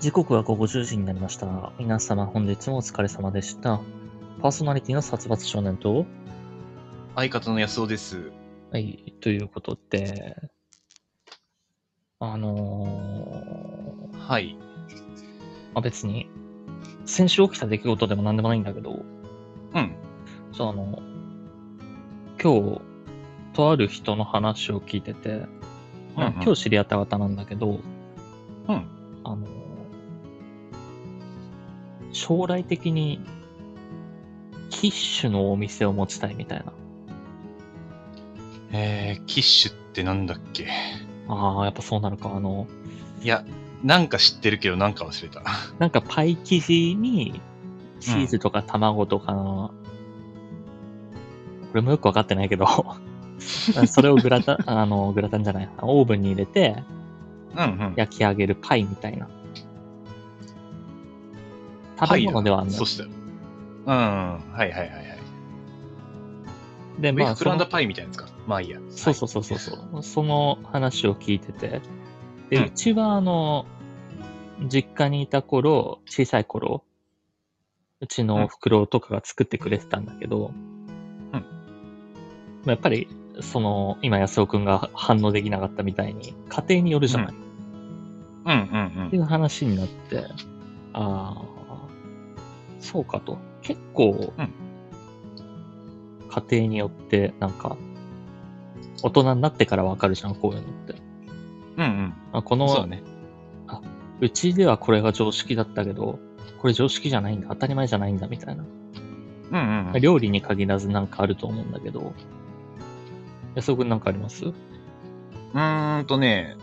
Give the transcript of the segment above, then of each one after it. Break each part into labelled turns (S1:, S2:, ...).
S1: 時刻は午後10時になりました。皆様本日もお疲れ様でした。パーソナリティの殺伐少年と、
S2: 相方の安尾です。
S1: はい、ということで、あのー
S2: はい。
S1: まあ、別に、先週起きた出来事でも何でもないんだけど、
S2: うん。
S1: そうあの、今日、とある人の話を聞いてて、まあ今日知り合った方なんだけど、
S2: うん
S1: あの、将来的に、キッシュのお店を持ちたいみたいな。
S2: えー、キッシュってなんだっけ
S1: ああ、やっぱそうなるか。あの、
S2: いや、なんか知ってるけど、なんか忘れた。
S1: なんかパイ生地に、チーズとか卵とかの、これもよくわかってない けど、それをグラタン、あの、グラタンじゃない、オーブンに入れて
S2: うんうん。
S1: 焼き上げるパイみたいな。食
S2: パ
S1: べ
S2: イだ
S1: 物ではない。
S2: そしたら。うん、うん。はいはいはいはい。
S1: で、
S2: ま
S1: まあ、
S2: フラン
S1: その
S2: ダパイみたいなやつか。まあいいや。
S1: そうそうそうそうそう。その話を聞いてて。で、
S2: うん
S1: うちはあの、実家にいた頃、小さい頃、うちのお袋とかが作ってくれてたんだけど、
S2: うん
S1: やっぱり、その、今安尾くんが反応できなかったみたいに、家庭によるじゃない、っ
S2: はい。うんうん
S1: ていう話になって、ああ、そうかと。結構、
S2: うん
S1: 家庭によって、なんか、大人になってからわかるじゃん、こういうのって。
S2: うん。うん
S1: あこ
S2: うん。
S1: の
S2: そうね。
S1: うちではこれが常識だったけど、これ常識じゃないんだ、当たり前じゃないんだみたいな。
S2: うんうんうん。
S1: 料理に限らずなんかあると思うんだけど、安尾くんなんかありますう
S2: うーんとね、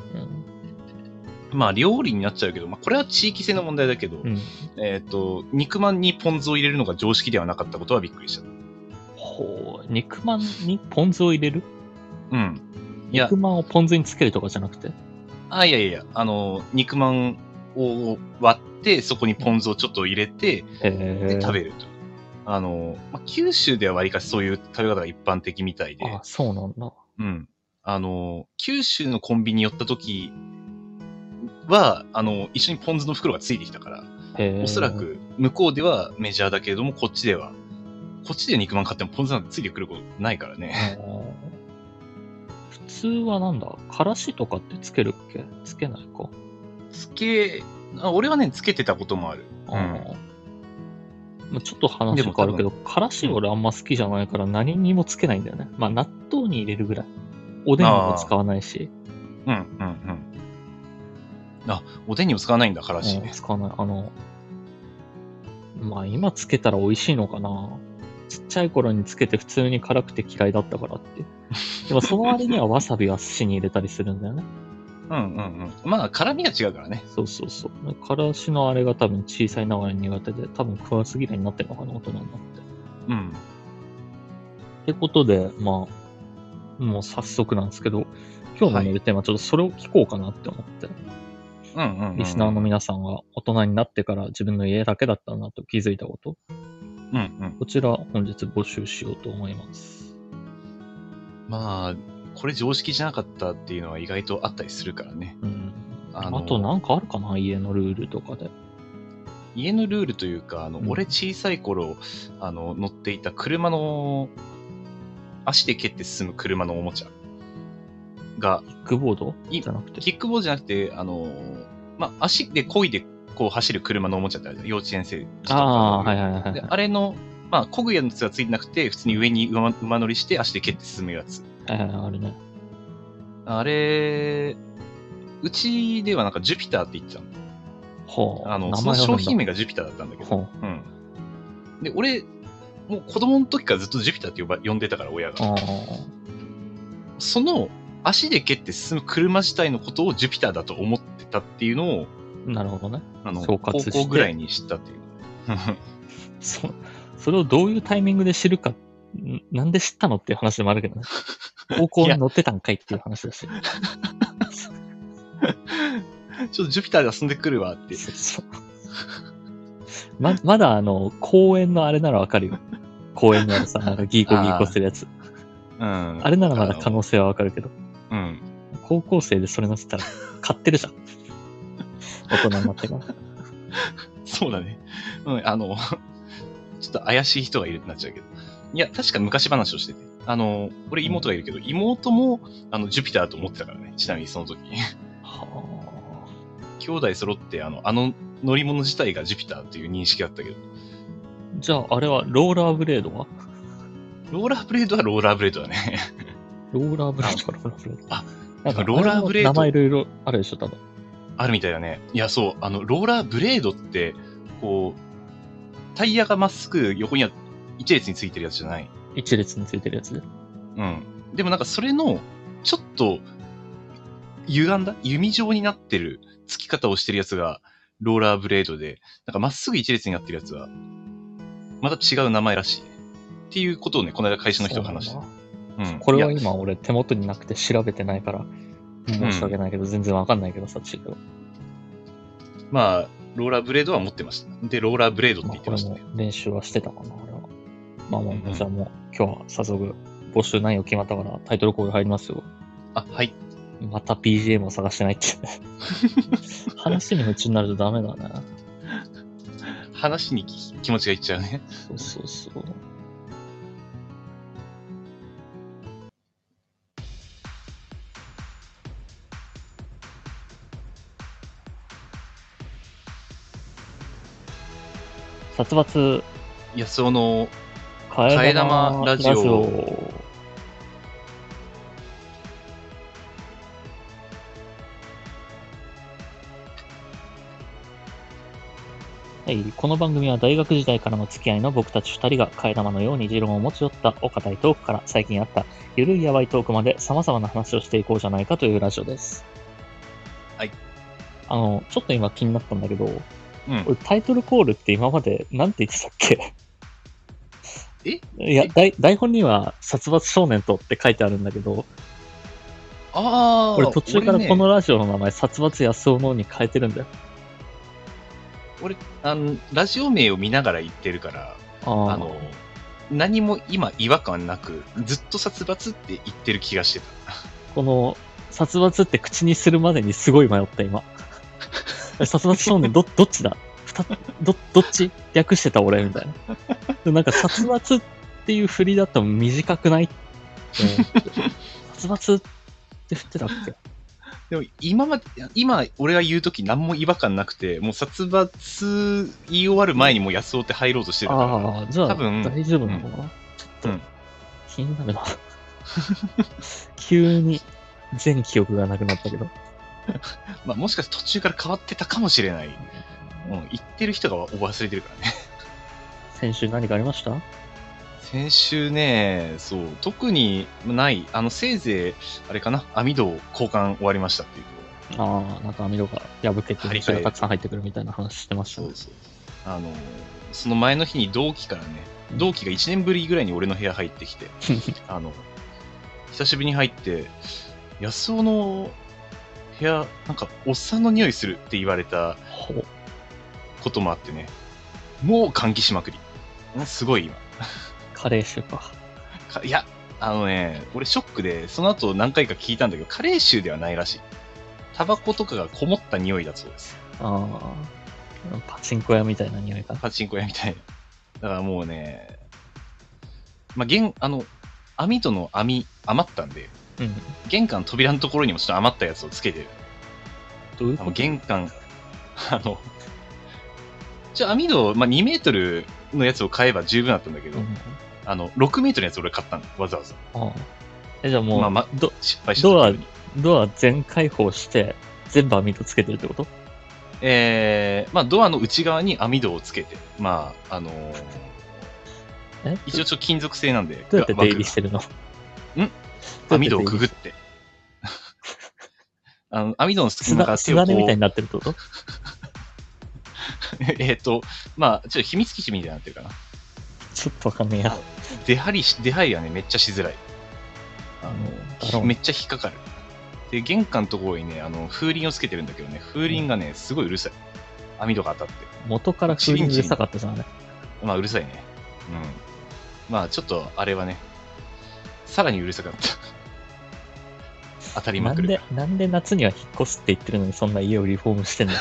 S1: ん。
S2: まあ料理になっちゃうけど、まあこれは地域性の問題だけど、
S1: うん。
S2: えっ、と、肉まんにポン酢を入れるのが常識ではなかったことはびっくりした。
S1: ほう、肉まんにポン酢を入れる
S2: うん。いや
S1: 肉、まんをポン酢につけるとかじゃなくて。
S2: あ、いやいやいや、あの、肉まんを割って、そこにポン酢をちょっと入れて、
S1: え
S2: で、食べると。あの、まあ、九州ではわりかしそういう食べ方が一般的みたいで
S1: あ、、そうなんだ。
S2: うん。あの、九州のコンビニ寄った時は、あの、一緒にポン酢の袋がついてきたから、
S1: へー
S2: おそら。く向こうではメジャーだけれども、こっちでは、こっちで肉まん買ってもポン酢なんてついてくることないから
S1: あ
S2: ね。
S1: ー普通はなんだからしとかってつけるっけつけないか。
S2: つけ、あ俺はね、つけてたこともある。
S1: あーまあちょっと話変わるけど、からし俺あんま好きじゃないから何にもつけないんだよね。まあ納豆に入れるぐらい。おでんにも使わないし、
S2: うんうんうん。あ、おでんにも使わないんだ、からし。
S1: うん使わない。あの、まあ今つけたら美味しいのかな。ちっちゃい頃につけて普通に辛くて嫌いだったからって。でもその割にはわさびは寿司に入れたりするんだよね。
S2: うんうんうん。まあ、辛みが違うからね。
S1: そうそうそう。からしのあれが多分小さいながらに苦手で、多分食わず嫌いになってるのかな、大人になって。
S2: うん。
S1: ってことで、まあ、もう早速なんですけど、今日のメールテーマ、ちょっとそれを聞こうかなって思って、
S2: うんうん、うん。
S1: リスナーの皆さんが大人になってから自分の家だけだったなと気づいたこと、
S2: うんうん。
S1: こちら本日募集しようと思います。
S2: まあ、これ常識じゃなかったっていうのは意外とあったりするからね。
S1: うん。あ
S2: あの
S1: となんかあるかな家のルールとかで。
S2: 家のルールというか、あの、
S1: うん
S2: 俺小さい頃、あの、乗っていた車の、足で蹴って進む車のおもちゃが、
S1: キックボード
S2: い
S1: じゃなくて。
S2: キックボードじゃなくて、あの、まあ、足で漕いで、こう走る車のおもちゃってあるじゃん幼稚園生。
S1: ああー、はいはいはいは
S2: で
S1: い。
S2: あれの、まあ、漕ぐやつがついてなくて、普通に上に馬馬乗りして足で蹴って進むやつ。
S1: えーあるね。
S2: あれ、うちではなんかジュピターって言ってたの。
S1: ほう。
S2: あの、
S1: 名
S2: その
S1: 前あるんだ
S2: 商品名がジュピターだったんだけど。
S1: ほう。
S2: うん。で、俺、もう子供の時からずっとジュピターって呼ば呼んでたから、親が。
S1: あ
S2: その、足で蹴って進む車自体のことをジュピターだと思ってたっていうのを、
S1: あ、なるほどね。
S2: あの、
S1: 総
S2: 高
S1: 括して
S2: 校ぐらいに知ったっていう。
S1: そそれをどういうタイミングで知るか、んなんで知ったのっていう話でもあるけ どね。高校に乗ってたんかいっていう話だし。
S2: ちょっとジュピターで遊んでくるわって。
S1: そうそうままだあの、公園のあれならわかるよ。公園にあ るさ、なんかギーコギーコするやつ。
S2: うん。
S1: あ
S2: あ
S1: れならまだ可能性はわかるけど、
S2: うん。
S1: 高校生でそれ乗ってたら買ってるじゃん。大人になってから。
S2: そうだね。うん、あの、 ちょっと怪しい人がいるってなっちゃうけど。いや、確か昔話をしてて。あの、俺妹がいるけど、妹も、あの、ジュピターと思ってたからね。ちなみにその時。
S1: は
S2: 兄弟揃って、あの、あの乗り物自体がジュピターという認識だったけど、
S1: あ。じゃあ、あれは、ローラーブレードは
S2: ローラーブレードはローラーブレードだね。
S1: ローラーブレードか、ローラーブレード。
S2: あ、
S1: なんか、
S2: ローラーブレード
S1: 名前いろいろあるでしょ、多分。
S2: あるみたいだね。いや、そう、あの、ローラーブレードって、こう、タイヤがまっすぐ横には一列についてるやつじゃない。
S1: 一列についてるやつで。
S2: うん。でもなんかそれの、ちょっと、歪んだ弓状になってる、つき方をしてるやつが、ローラーブレードで、なんかまっすぐ一列になってるやつは、また違う名前らしい。っていうことをね、この間会社の人が話し
S1: そ
S2: て
S1: うなんだ
S2: た。うん。
S1: これはい
S2: や
S1: 今、俺、手元になくて調べてないから、申し訳ないけど、全然わかんないけどさ、違う。
S2: まあ、ローラーブレードは持ってました。で、ローラーブレードって
S1: まあ
S2: 言っ
S1: これ
S2: てました
S1: も
S2: ね。
S1: 練習はしてたかな、あれは。まあまあ
S2: うんう
S1: まあ、
S2: ん
S1: じゃあもう、今日は早速、募集内容決まったから、タイトルコール入りますよ。
S2: あ、はい。
S1: また BGM を探してないって。 話に夢中になるとダメだね。
S2: 話にき気持ちがいっちゃうね。
S1: そうそうそう。殺伐
S2: 安尾の、
S1: 替え
S2: 替え
S1: 玉
S2: 玉
S1: ラ
S2: ラ
S1: ジ
S2: ジ
S1: オ
S2: オ
S1: はい、この番組は大学時代からの付き合いの僕たち2人が替え玉のように持論を持ち寄ったお堅いトークから最近あったゆるいやばいトークまで様々な話をしていこうじゃないかというラジオです。
S2: はい。
S1: あの、ちょっと今気になったんだけど、
S2: うん。
S1: 俺タイトルコールって今までなんて言ってたっけいや
S2: え
S1: 台台本には「殺伐少年と」って書いてあるんだけど
S2: ああ、
S1: 俺途中から
S2: 俺ね
S1: このラジオの名前「殺伐安尾の」に変えてるんだよ
S2: 俺あの、ラジオ名を見ながら言ってるから、
S1: あ
S2: あ
S1: あ
S2: の、何も今違和感なく、ずっと殺伐って言ってる気がしてた。
S1: この「殺伐」って口にするまでにすごい迷った 今え殺伐少年どどっちだふたどどっち略してた俺みたいなでなんか「殺伐」っていう振りだと短くないって思 って殺伐って振ってたっけ
S2: でも今まで、今俺が言うとき何も違和感なくて、もう殺伐言い終わる前にもう安尾って入ろうとしてたから、
S1: ああ、じゃあ
S2: 多分
S1: 大丈夫なのかな、ちょっと、
S2: うん
S1: 気になる な。急に全記憶がなくなったけど。
S2: まあ、もしかして途中から変わってたかもしれない。うん、言ってる人が忘れてるからね。
S1: 先週何かありました
S2: 先週ね、そう、特にない、あの、せいぜい、あれかな、網戸交換終わりましたっていうところ。
S1: ああ、なんか網戸が破けて、
S2: 張り替
S1: 虫
S2: え
S1: がたくさん入ってくるみたいな話してました
S2: そ
S1: ね
S2: う。そう。あの、その前の日に同期からね、同期が1年ぶりぐらいに俺の部屋入ってきて、あの、久しぶりに入って、安尾の部屋、なんか、おっさんの匂いするって言われた
S1: ほう
S2: こともあってね、もう換気しまくり。もうすごい今。
S1: カレー臭か。
S2: かいや、あのね、俺ショックで、その後何回か聞いたんだけど、カレー臭ではないらしい。タバコとかがこもった匂いだそうです。
S1: ああ、パチンコ屋みたいな匂いかな。
S2: パチンコ屋みたいな。だからもうね、まあ、現、あの、網戸の網、余ったんで、
S1: うん。
S2: 玄関の扉のところにもちょっと余ったやつをつけてる。
S1: どういう
S2: あ
S1: こ
S2: の、
S1: と
S2: 玄関、 あの、じゃ網戸、まあ、2メートルのやつを買えば十分だったんだけど、
S1: うん
S2: あの、6メートルのやつ俺買ったの、わざわざ。
S1: ああえじゃあもう、
S2: まあま
S1: ど
S2: 失敗した時に。
S1: ドア全開放して、全部網戸つけてるってこと
S2: えー、まあ、ドアの内側に網戸をつけて、まあ、あのー
S1: え
S2: 一応ちょっと金属製なんで、
S1: どうやって出入り
S2: 枠
S1: してるの
S2: が網戸をくぐって。あの網戸の隙間か
S1: 砂
S2: ら手
S1: すだね
S2: をこう、
S1: みたいになってるってこと
S2: えっと、まあ、ちょっと秘密基地みたいになってるかな。
S1: ちょっとわかんねえや。
S2: 出入りし、出入りはね、めっちゃしづらい。
S1: だ
S2: あ
S1: ろ
S2: の、
S1: う
S2: めっちゃ引っかかる。で、玄関のところにね、あの、風鈴をつけてるんだけどね、風鈴がね、すごいうるさい。網戸が当たって。
S1: 元から風鈴うるさかったじゃん、あれ。
S2: まあ、うるさいね。うん。まあ、ちょっと、あれはね、さらにうるさくな った。当たり
S1: な
S2: まく
S1: ん
S2: る
S1: で。、なんで夏には引っ越すって言ってるのに、そんな家をリフォームしてんの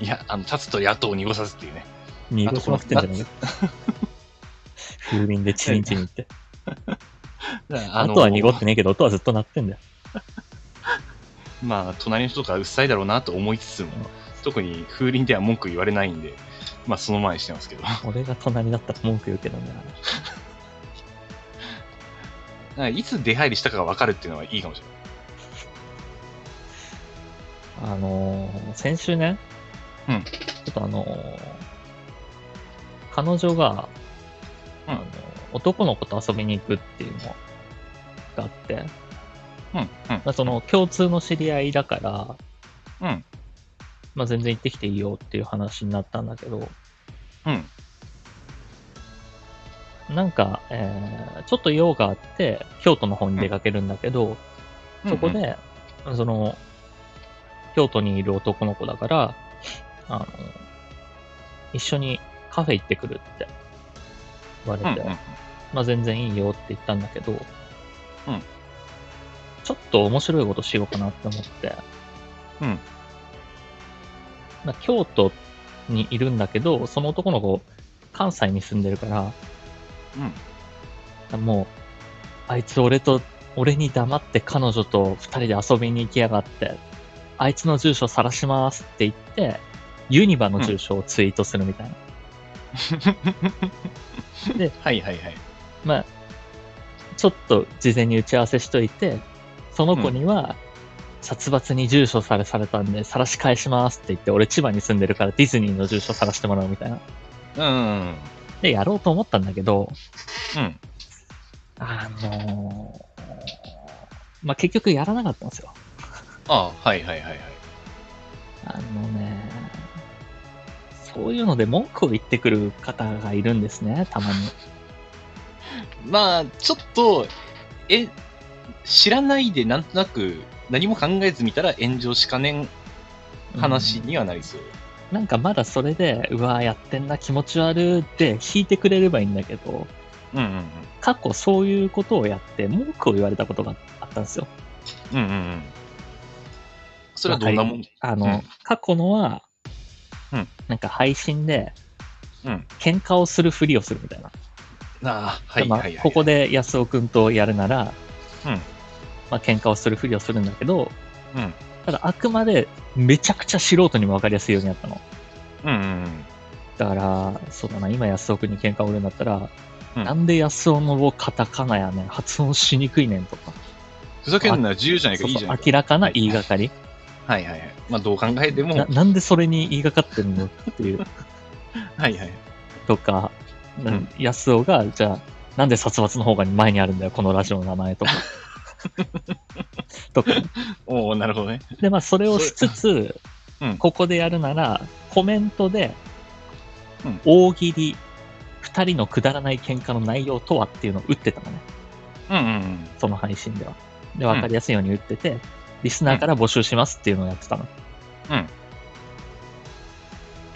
S2: いや、あの、立つと野党を濁さずっていうね。
S1: 濁しまくってんじゃ ない風鈴でチリンチリンって。
S2: だから
S1: あとは濁ってねえけど、音はずっと鳴ってんだよ。
S2: まあ、隣の人とかうっさいだろうなと思いつつも、特に風鈴では文句言われないんで、まあ、その前にしてますけど。だか
S1: 俺が隣だったら文句言うけどね。
S2: らいつ出入りしたかが分かるっていうのはいいかもしれ
S1: あのー先週ね、
S2: うん
S1: ちょっとあのー彼女が、
S2: うん
S1: あの男の子と遊びに行くっていうのがあって、
S2: ない。うん、うん。
S1: まあ、その共通の知り合いだから、
S2: うん
S1: まあ、全然行ってきていいよっていう話になったんだけど、
S2: うん
S1: なんか、えーちょっと用があって、京都の方に出かけるんだけど、そこ
S2: うんうん
S1: で、その、京都にいる男の子だから、あの、一緒にカフェ行ってくるって言われて、
S2: うんうん
S1: まあ全然いいよって言ったんだけど、
S2: ん
S1: ちょっと面白いことしようかなって思って、
S2: うん
S1: まあ京都にいるんだけど、その男の子、関西に住んでるから、
S2: うん
S1: もう、あいつ俺と、俺に黙って彼女と二人で遊びに行きやがって、あいつの住所晒しますって言って、ユニバの住所をツイートするみたいな。で
S2: はいはいはい。
S1: まあ、ちょっと事前に打ち合わせしといて、その子には、殺伐に住所されされたんで、晒し返しますって言って、俺千葉に住んでるからディズニーの住所晒してもらうみたいな。
S2: うんうん
S1: で、やろうと思ったんだけど、
S2: うん。うん。
S1: あのーまあ、結局やらなかったんですよ。
S2: ああ、はいはいはいはい。
S1: あのね、そういうので文句を言ってくる方がいるんですね、たまに。
S2: まあ、ちょっと、え、知らないでなんとなく何も考えず見たら炎上しかねん話にはなりそう。
S1: なんかまだそれで、うわーやってんな、気持ち悪いって引いてくれればいいんだけど、
S2: うんうん
S1: 過去そういうことをやって文句を言われたことがあったんですよ。
S2: うん。うんうんうん。それはどんなもん
S1: あの、
S2: うん
S1: 過去のは、
S2: うん
S1: なんか配信で、
S2: うん
S1: 喧嘩をするふりをするみたいな。
S2: ああ、はいはいはい
S1: ま
S2: は
S1: あ
S2: い。
S1: ここで安尾くんとやるなら、
S2: うん
S1: まあ喧嘩をするふりをするんだけど、
S2: うん
S1: ただあくまでめちゃくちゃ素人にも分かりやすいようにやったの。
S2: うんうん
S1: だから、そうだな、今安尾くんに喧嘩を売るんだったら、
S2: うん
S1: なんで安尾のをカタカナやねん、発音しにくいねんとか、
S2: ふざけんなら自由じゃないか、
S1: そう
S2: いい
S1: そう
S2: じゃない
S1: 明
S2: か。
S1: らかな言いがかり、
S2: はいはいはい。まあ、どう考えても、は
S1: ないなんでそれに言いがかってるのっていう、
S2: はい。
S1: とか、な
S2: うん
S1: 安尾が、じゃあ、なんで殺伐の方が前にあるんだよ、このラジオの名前 とか。とか、
S2: おおなるほどね。
S1: で、まあ、それをしつつ、
S2: うん
S1: ここでやるなら、コメントで
S2: うん、
S1: 大喜利、二人のくだらない喧嘩の内容とはっていうのを打ってたのね、
S2: うんうんうん。
S1: その配信では。で、わかりやすいように打ってて、リスナーから募集しますっていうのをやってたの。
S2: うん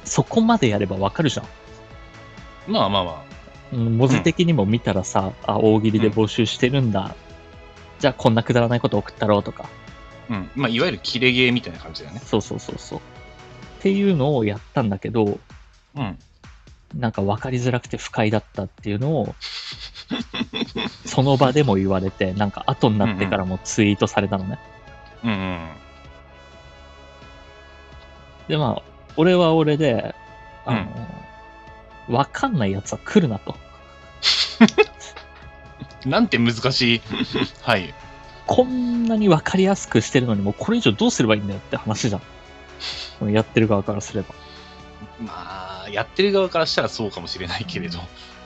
S1: そこまでやればわかるじゃん。
S2: まあまあま
S1: うん文字的にも見たらさ、あ、大喜利で募集してるんだ。じゃあ、こんなくだらないこと送ったろうとか。
S2: あ。うん。まあ、いわゆるキレゲーみたいな感じだよね。
S1: そうそうそうそう。っていうのをやったんだけど、
S2: うん。
S1: なんか分かりづらくて不快だったっていうの を、その場でも言われて、なんか後になってからもツイートされたのね。
S2: うんうん。
S1: で、まあ、俺は俺で、あの、わかんないやつは来るなと。
S2: なんて難しい。 はい。
S1: こんなに分かりやすくしてるのに、もうこれ以上どうすればいいんだよって話じゃん。このやってる側からすれば。
S2: まあ、やってる側からしたらそうかもしれないけれど。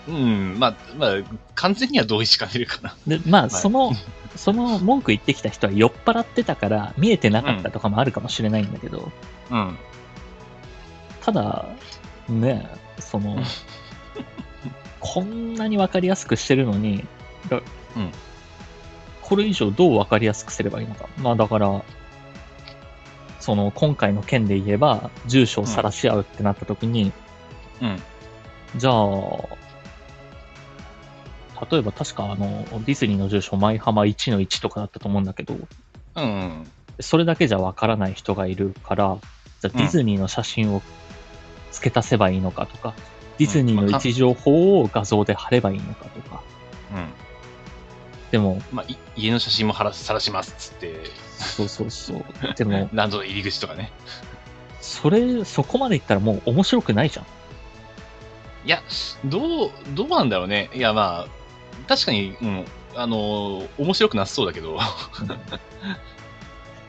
S2: うん。まあ、まあ、完全には同意しかねるかな。
S1: で、まあ、
S2: い
S1: そ の、その文句言ってきた人は酔っ払ってたから、見えてなかったとかもあるかもしれないんだけど、
S2: うん。
S1: ただ、ねえ、その
S2: うん、
S1: こんなに分かりやすくしてるのに、だ
S2: うん
S1: これ以上どう分かりやすくすればいいのか。まあだから、その今回の件で言えば、住所を晒し合うってなった時に、
S2: うん。
S1: じゃあ、例えば確かあの、ディズニーの住所、舞浜1の1とかだったと思うんだけど、
S2: うん。
S1: それだけじゃ分からない人がいるから、じゃあ
S2: うん
S1: ディズニーの写真を付け足せばいいのかとか、ディズニーの
S2: ま
S1: 位
S2: あ
S1: 置情報を画像で貼ればいいのかとか、
S2: うん。
S1: でも、
S2: まあ、い家の写真も貼ら晒しますっつって、
S1: そうそう そう、でも、
S2: 何度の入り口とかね。
S1: それ、そこまでいったらもう面白くないじゃん。
S2: いや、どう、どうなんだろうね。いや、まあ、確かに、うん、あのー面白くなさそうだけど、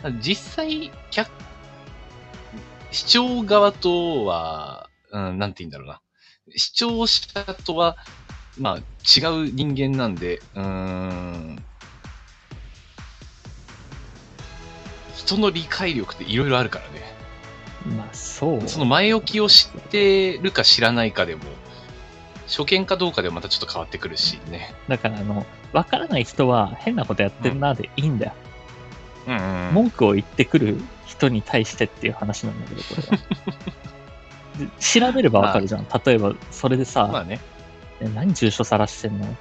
S2: 実際、客、視聴側とは、うん、なんて言うんだろうな。視聴者とは、まあ、違う人間なんで、うーん、人の理解力っていろいろあるからね。
S1: まあ、そう。
S2: その前置きを知ってるか知らないかでも、初見かどうかでもまたちょっと変わってくるしね。
S1: だから、あの、わからない人は変なことやってるなでいいんだよ。
S2: うん、うん。
S1: 文句を言ってくる人に対してっていう話なんだけど、これは。 で調べればわかるじゃん。例えば、それでさ、
S2: まあね。
S1: え何住所晒してんの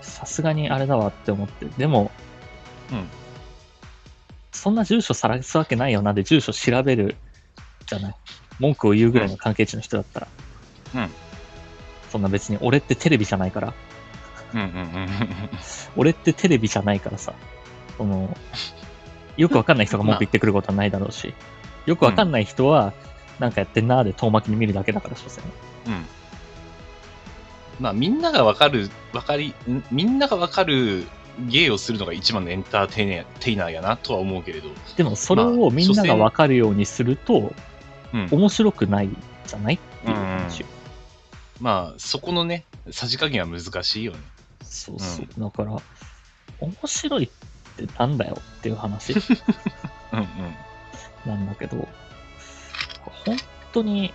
S1: さすがにあれだわって思って。でも、
S2: うん
S1: そんな住所晒すわけないよなで住所調べるじゃない。文句を言うぐらいの関係値の人だったら。
S2: うん
S1: そんな別に俺ってテレビじゃないから。
S2: うんうんうん。
S1: 俺ってテレビじゃないからさ。その、よくわかんない人が文句言ってくることはないだろうし。よくわかんない人は、なんかやってんなーで遠巻きに見るだけだから、所詮。
S2: うん。まあみんながわかる、わかり、んみんながわかる芸をするのが一番のエンターテイナーテイナーやなとは思うけれど、
S1: でもそれをみんながわかるようにすると、
S2: うん。
S1: 面白くないじゃないっていう話、
S2: まあそこのね、さじ加減は難しいよね。
S1: そうそう、だから面白いってなんだよっていう 話
S2: うんうん。
S1: なんだけど本当に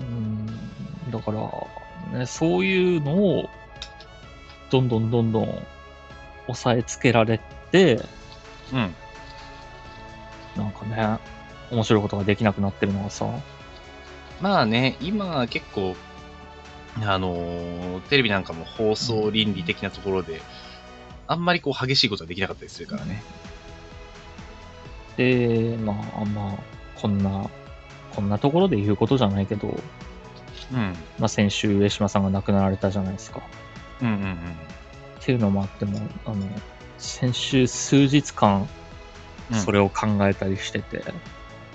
S1: うーんだから、ね、そういうのをどんどんどんどん押さえつけられて
S2: うん。
S1: なんかね面白いことができなくなってるのがさ
S2: まあね、今結構、あのーテレビなんかも放送倫理的なところで、あんまりこう激しいことはできなかったりするからね。
S1: でまあまあこんなこんなところで言うことじゃないけど、
S2: うん。
S1: まあ、先週上島さんが亡くなられたじゃないですか。
S2: うんうんうん。
S1: っていうのもあってもあの先週数日間
S2: うん
S1: それを考えたりしてて、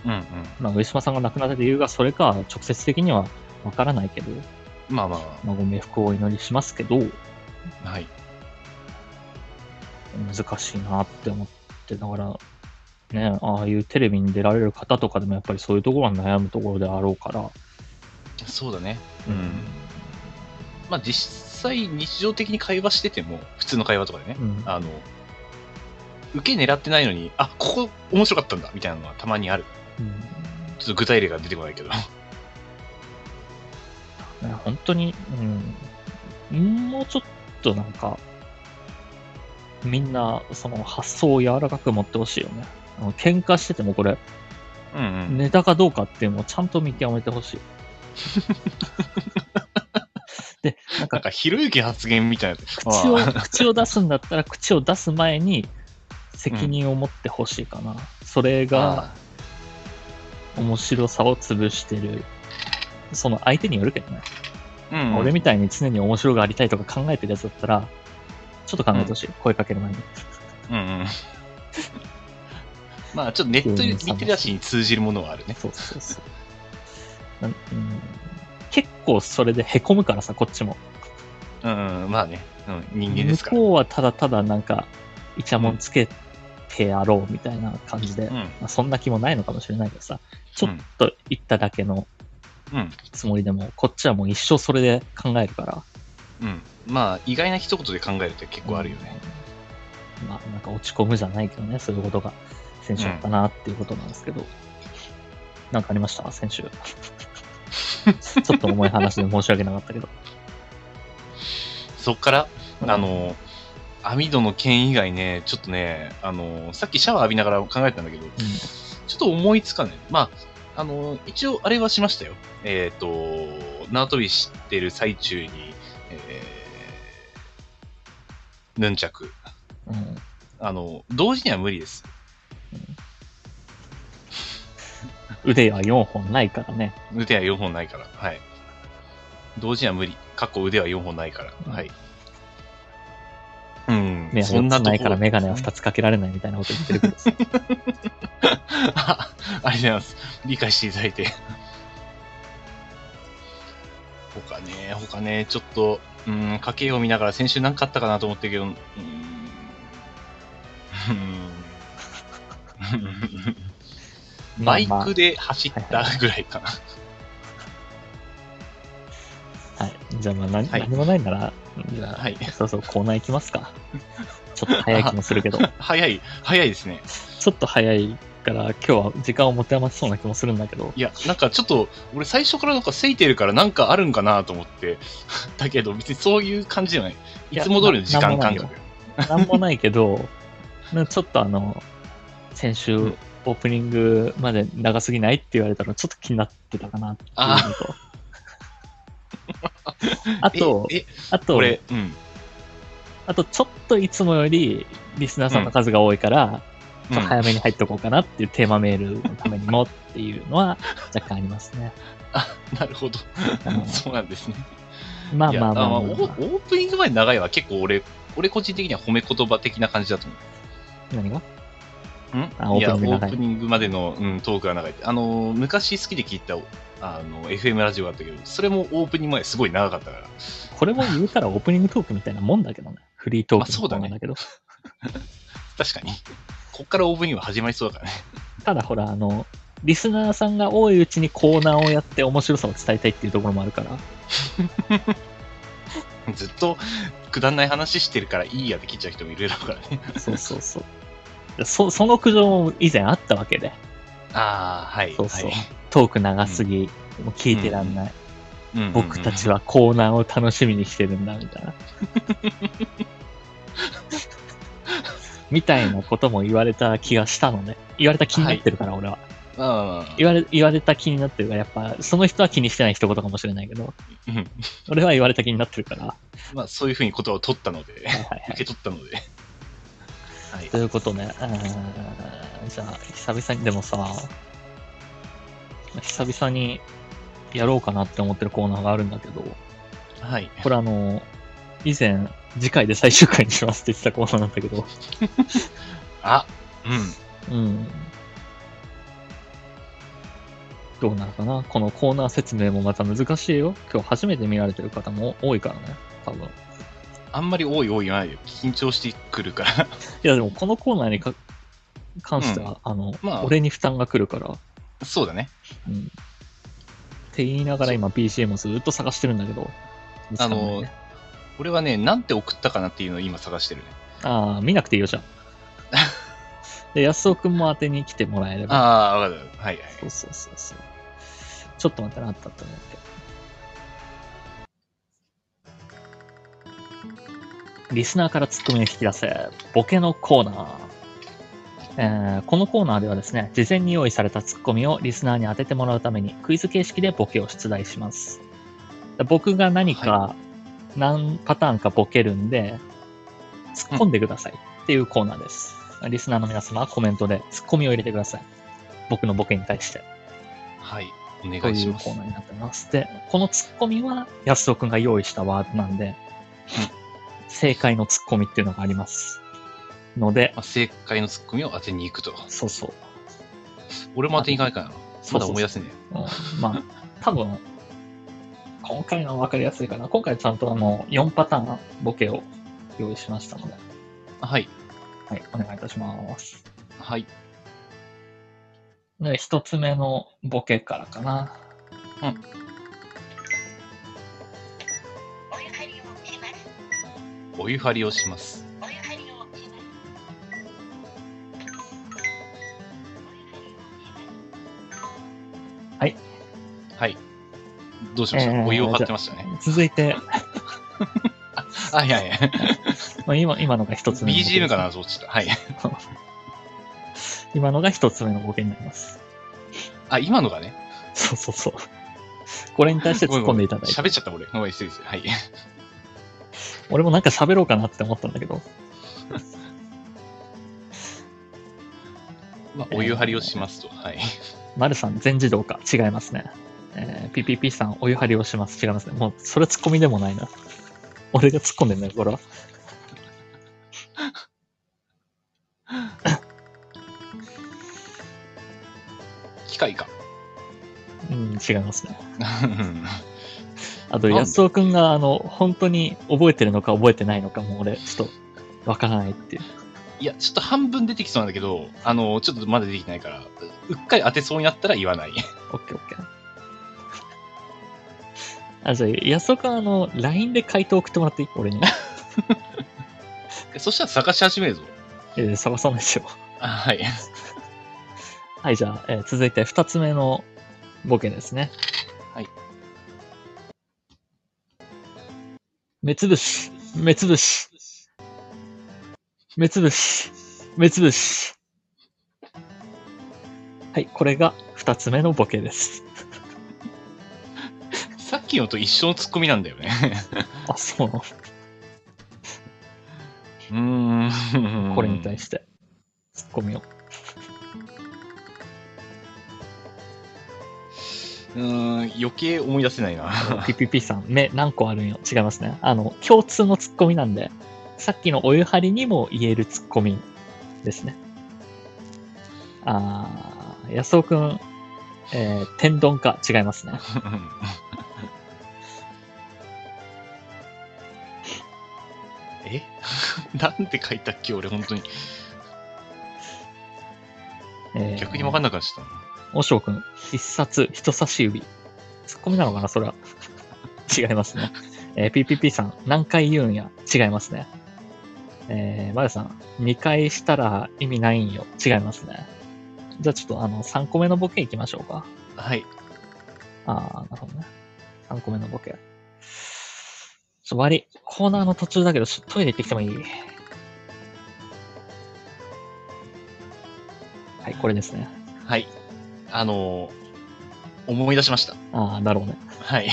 S2: うんうん。
S1: まあ、上島さんが亡くなった理由がそれか直接的にはわからないけど、
S2: まあま
S1: まあ、ご冥福をお祈りしますけど
S2: あ、はい。
S1: 難しいなって思ってだからねああいうテレビに出られる方とかでもやっぱりそういうところは悩むところであろうから、
S2: そうだね。うんまあ実際日常的に会話してても、普通の会話とかでね、
S1: うん
S2: あの、受け狙ってないのに、あ、ここ面白かったんだみたいなのはたまにある。
S1: うん
S2: ちょっと具体例が出てこないけど。
S1: ね本当に、うん、もうちょっとなんか、みんな、その発想を柔らかく持ってほしいよね。あの喧嘩しててもこれ、
S2: うんうん。
S1: ネタかどうかっていうのをちゃんと見極めてほしい。で、なん
S2: なん
S1: か、
S2: か、ひろゆき発言みた いな。
S1: 口を
S2: あ、
S1: 口を出すんだったら、口を出す前に、責任を持ってほしいかな。それが、
S2: あ
S1: 面白さを潰してる。その相手によるけどね。
S2: ーうんうん
S1: 俺みたいに常に面白がりたいとか考えてるやつだったら、ちょっと考えてほしい。声かける前に。
S2: うんうん。 まあ、ちょっとネットリテラシーに通じるものはあるね。
S1: そうそうそう。なんうん結構それで凹むからさ、こっちも。
S2: うん、うん、まあね、うん、人間で
S1: 向
S2: すから。
S1: こうはただただなんか、イチャモンつけてやろうみたいな感じで、
S2: うん、
S1: まあそんな気もないのかもしれないけどさ、ちょ
S2: うん
S1: っと言っただけの
S2: うん、
S1: つもりでも、こっちはもう一生それで考えるから。
S2: うん。まあ、意外な一言で考えるって結構あるよね。
S1: うん。まあ、なんか落ち込むじゃないけどね、そういうことが先週あったなっていうことなんですけど、なんかありました先 週。ちょっと重い話で申し訳なかったけど。
S2: そっから、あ、の、網戸の件以外ね、ちょっとね、あの、さっきシャワー浴びながら考えてたんだけど、
S1: うん、
S2: ちょっと思いつかない。まあ、あの、一応、あれはしましたよ。えっ、と、縄跳びしてる最中に、えー、ヌンチャク。
S1: うん、
S2: あの、同時には無理です
S1: うん。腕は4本ないからね。
S2: 腕は4本ないから。はい。同時には無理。かっこ腕は4本ないから。はい。うん。
S1: 目は4つないから
S2: 目
S1: メガネは2つかけられないみたいなこと言ってるけ どさ。
S2: あありがとうございます。理解していただいて。他ね、他ね、ちょっと、うん、家計を見ながら先週何かあったかなと思ってるけど、うん。うんバイ
S1: まあま
S2: クで走ったぐらいかな。
S1: あはい。じゃあまあ何,、
S2: はい
S1: 何もないなら、じゃあ、
S2: はい
S1: そうそうコーナー行きます か。ちょっと早い気もするけど、
S2: 早い、早いですね。
S1: ちょっと早いから今日は時間を持て余しそうな気もするんだけど、
S2: いや、なんかちょっと、俺最初からなんかせいてるからなんかあるんかなと思って、だけど別にそういう感じじゃない。いつも通りの時間感覚。
S1: なんもないけ ど、なちょっとあの、先週オープニングまで長すぎないって言われたらちょっと気になってたかなっていうのと。あと、
S2: え、え
S1: あと、
S2: 俺、うん。
S1: あとちょっといつもよりリスナーさんの数が多いから、
S2: うん
S1: ちょっと早めに入っとこうかなっていうテーマメールのためにもっていうの は若干ありますね。
S2: あ、 なるほど。
S1: うん
S2: そうなんですね。
S1: まあ
S2: いや
S1: まあまあまあ
S2: オ
S1: まあ、
S2: ーオープニングまで長いは結構俺、俺個人的には褒め言葉的な感じだと思う。
S1: 何があ
S2: ん
S1: オープニング
S2: いや、オ
S1: 長い
S2: ープニングまでの、うん、トークが長いって。あの、昔好きで聞いた、あの、FM ラジオがあったけど、それもオープニングまですごい長かったから。
S1: これも言うたらオープニングトークみたいなもんだけどね。フリートークみたいなもんだけど。
S2: 確かに。こっからオープニングは始まりそうだからね。
S1: ただほら、あの、リスナーさんが多いうちにコーナーをやって面白さを伝えたいっていうところもあるから、
S2: ずっとくだんない話してるからいいやって切っちゃう人もいるだろうからね。
S1: そうそうそう。そその苦情も以前あったわけで、
S2: ああ、はい。
S1: そうそう
S2: はい
S1: トーク長すぎ、もう聞いてらんない、
S2: うんうんうん
S1: 僕たちはコーナーを楽しみにしてるんだみたいな。みたいなことも言われた気がしたのね。言われた気になってるから、俺は。
S2: あ
S1: 言われ言われた気になってるから、やっぱ、その人は気にしてない一言かもしれないけど、
S2: ーうん
S1: 俺は言われた気になってるから。は
S2: まあ、そういうふうに言葉を取ったので、
S1: いはいは
S2: 受
S1: い
S2: け取ったので。はい
S1: と。いうことね、うーんじゃあ、久々に、でもさ、久々にやろうかなって思ってるコーナーがあるんだけど、
S2: はい。
S1: これあの、以前、次回で最終回にしますって言ってたコーナーなんだけど、
S2: あ、うん。
S1: うん。どうなるかなこのコーナー説明もまた難しいよ。今日初めて見られてる方も多いからね、多分。い
S2: あんまり多い多い言わないよ。緊張してく るから。
S1: や、でもこのコーナーにか関しては、あの、
S2: まあ
S1: 俺に負担が来るから、
S2: そうだね。
S1: うん。って言いながら今 BGM をずっと探してるんだけど、見つかんないね
S2: 俺はね、なんて送ったかなっていうのを今探してるね。
S1: ああ、見なくていいよ、じゃあ。 で、安尾くんも当てに来てもらえれば。
S2: ああ、わかる。はいはい。
S1: そうそうそうそう。ちょっと待ってなあったと思って。リスナーからツッコミを引き出せ、ボケのコーナー。えーこのコーナーではですね、事前に用意されたツッコミをリスナーに当ててもらうためにクイズ形式でボケを出題します。僕が何か何パターンかボケるんで、突っ込んでくださいっていうコーナーです。リスナーの皆様はコメントでツッコミを入れてください。僕のボケに対して。
S2: はい。お願
S1: と
S2: い
S1: い
S2: し
S1: う
S2: ます
S1: コー。ナーになってます。で、このツッコミは安尾くんが用意したワードなんで、正解のツッコミっていうのがあります。ので、
S2: まあ、正解のツッコミを当てに行くと。
S1: そうそう。
S2: 俺も当てに行かないからな。
S1: そ
S2: ま
S1: う
S2: だ
S1: そう
S2: 思い出せね
S1: うんまあ、多分、今回のは分かりやすいかな。今回ちゃんとあの、4パターンボケを用意しましたので、
S2: え。はい。
S1: はい、お願いいたします。
S2: はい。
S1: で、一つ目のボケからかな。
S3: お湯張りをします。
S2: お湯張りをします。
S3: お湯張りをします。お湯張りをします。
S2: はい。どうしました、
S1: えー
S2: お湯を張ってましたね。
S1: 続いて、
S2: あ、いやいや。
S1: まあ、今今のが一つ目のボケです
S2: BGM かなと思ってた。はい。
S1: 今のが一つ目のボケになります。
S2: あ、今のがね。
S1: そうそうそう。これに対して突っ込んでいただいて。
S2: 喋っちゃった俺。ごめん、失礼です。はい。
S1: 俺もなんか喋ろうかなって思ったんだけど。
S2: まあ、お湯張りをしますと。はい。
S1: マルさん、全自動か。違いますね。えー、PPP さん、お湯張りをします。違いますね。もう、それツッコミでもないな。俺が突っ込んでんだよ、これは。
S2: 機械 か。
S1: うん、違いますね。
S2: う
S1: あと、
S2: なんで
S1: 安尾くんが、あの、本当に覚えてるのか覚えてないのか、もう俺、ちょっと、わからないっていう。
S2: んいや、ちょっと半分出てきそうなんだけど、あの、ちょっとまだ出てきてないから、うっかり当てそうになったら言わない。
S1: オッケーオッケー。あ、じゃあ、安尾くん、あの、LINE で回答送ってもらっていい俺に。
S2: そしたら探し始めるぞ。
S1: えー探さないでしょ。
S2: あはい。
S1: はい、じゃあ、えー続いて2つ目のボケですね。
S2: はい。
S1: 目つぶし、目つぶし、目つぶし、目つぶし。はい、これが2つ目のボケです。
S2: さっきのと一緒のツッコミなんだよね。
S1: あ、そうな
S2: うーん。
S1: のこれに対
S2: して。
S1: して、ツッコミを。
S2: うーん、余計思い出せないな。
S1: PPP さん、目何個あるんよ違いますね。あの、共通のツッコミなんで、さっきのお湯張りにも言えるツッコミですね。あー、安尾くん、えー、天丼か違いますね。
S2: え なんて書いたっけ俺、本当に。
S1: えー、
S2: 逆に分かんなくなっちゃっ
S1: おしょうくん、必殺、人差し指。ツッコミなのかなそれは。 違いますね。えー PPP さん、何回言うんや違いますね。えー、まるさん、2回したら意味ないんよ。違いますね。じゃあちょっとあの、3個目のボケいきましょうか。
S2: た。はい。
S1: ああ、なるほどね。3個目のボケ。ちょ、悪い。コーナーの途中だけど、ちょっとトイレ行ってきてもいいはい、これですね。
S2: はい。あのー思い出しました。
S1: ああ、だろうね。
S2: はい。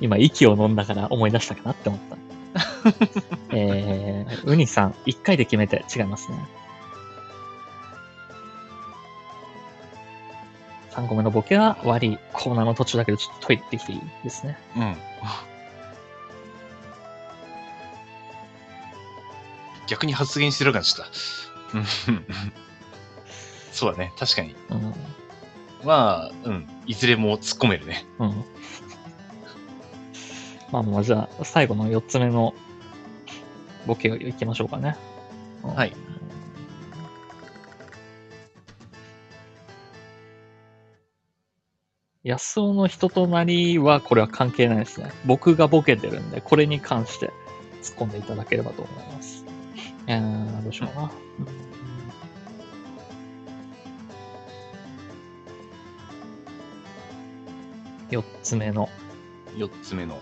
S1: 今、息を飲んだから思い出したかなって思った。えー、ウニさん、1回で決めて違いますね。3個目のボケは、悪い。コーナーの途中だけど、ちょっとトイレ行ってきていいですね。
S2: うん。 逆に発言してる感じだ。うんそうだね、確かに。
S1: うん。
S2: まあ、うん、いずれも突っ込めるね。
S1: うん。まあもうじゃあ、最後の4つ目のボケをいきましょうかね。うん
S2: はい。
S1: 安尾の人となりは、これは関係ないですね。僕がボケてるんで、これに関して突っ込んでいただければと思います。えー、どうしようかな。うん4つ目の、
S2: 4つ目の。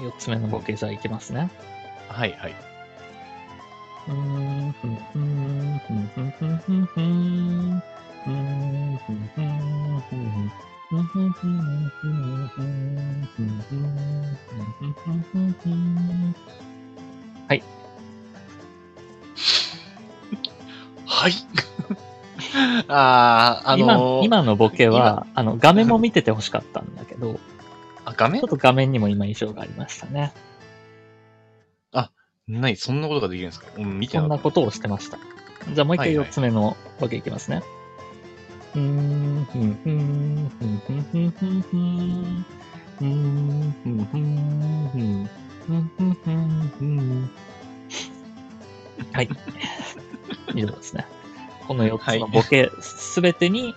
S1: えー、4つ目のボケじゃあいきますね。
S2: はいはい。
S1: うーんふんふんふんふんふんふんふんうーんふんふんふんふんふんふんふんふんふんふんふんふんふんはい、
S2: はい。 あー、あのー
S1: 今今のボケはあの画面も見ててほしかったんだけど、
S2: あ、画
S1: ち
S2: 面
S1: ょっと画面にも今印象がありましたね。
S2: ない、そんなことができるんですかうん、見
S1: そ
S2: てなんか
S1: な
S2: っ
S1: ことをしてました。じゃあもう一回
S2: はいは
S1: 4
S2: い
S1: つ目のわけいきますね。うーん、ふんふん、ふんふんふんふんふん。うーん、ふんふん、ふんふんふんふんふん。はい。以上ですね。この4つのボケすべてに、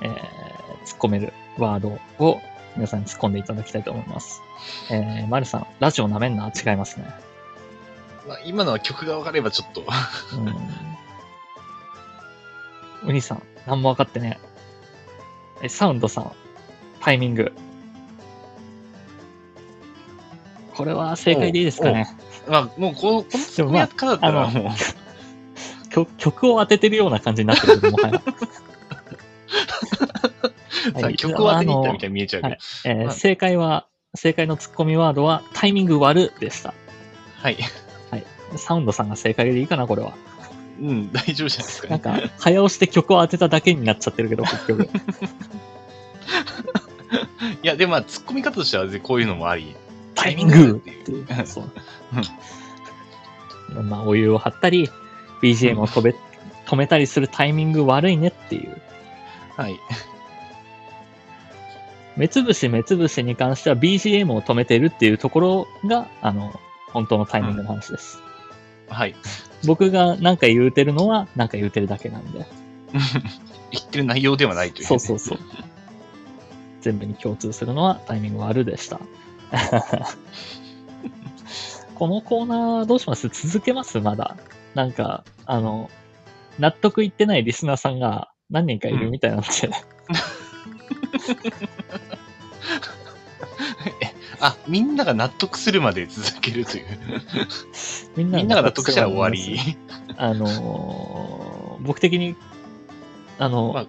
S1: えー突っ込めるワードを皆さんに突っ込んでいただきたいと思います。えー、まるさん、ラジオなめんな違いますね。
S2: たまあ今のは曲が分かればちょっと。
S1: うんウニさん、何も分かってねえ。えサウンドさん、タイミング。これは正解でいいですかね。
S2: まあ、もうこの、このツッコミやからだったらもう、
S1: 曲曲を当ててるような感じになってるけど、もはや。
S2: さ
S1: はい
S2: 曲を当てに行ったみたいに見えちゃうけど。
S1: えー
S2: はい
S1: 正解は、正解のツッコミワードは、タイミング悪でした。
S2: はい。
S1: サウンドさんが正解でいいかな、これは。
S2: うん、 大丈夫じゃないですか
S1: なん
S2: ね。
S1: か、早押しで曲を当てただけになっちゃってるけど、結局。
S2: いや、でもまあ、突っ込み方としては、こういうのもあり。
S1: タイミングって
S2: いう
S1: いう。そう。いろんなお湯を張ったり、BGM を止め止めたりするタイミング悪いねっていう。
S2: はい。
S1: 目つぶし目つぶしに関しては BGM を止めてるっていうところが、あの、本当のタイミングの話です。
S2: はい。
S1: 僕が何か言うてるのは何か言うてるだけなんで。
S2: 言ってる内容ではないという、
S1: そうそうそう。全部に共通するのはタイミング悪でした。 このコーナーどうします続けますまだ。なんか、あの、納得いってないリスナーさんが何人かいるみたいなので、
S2: あ、みんなが納得するまで続けるという。
S1: みん
S2: みんなが納得したら終わり。
S1: あのー僕的に、あの、
S2: まあ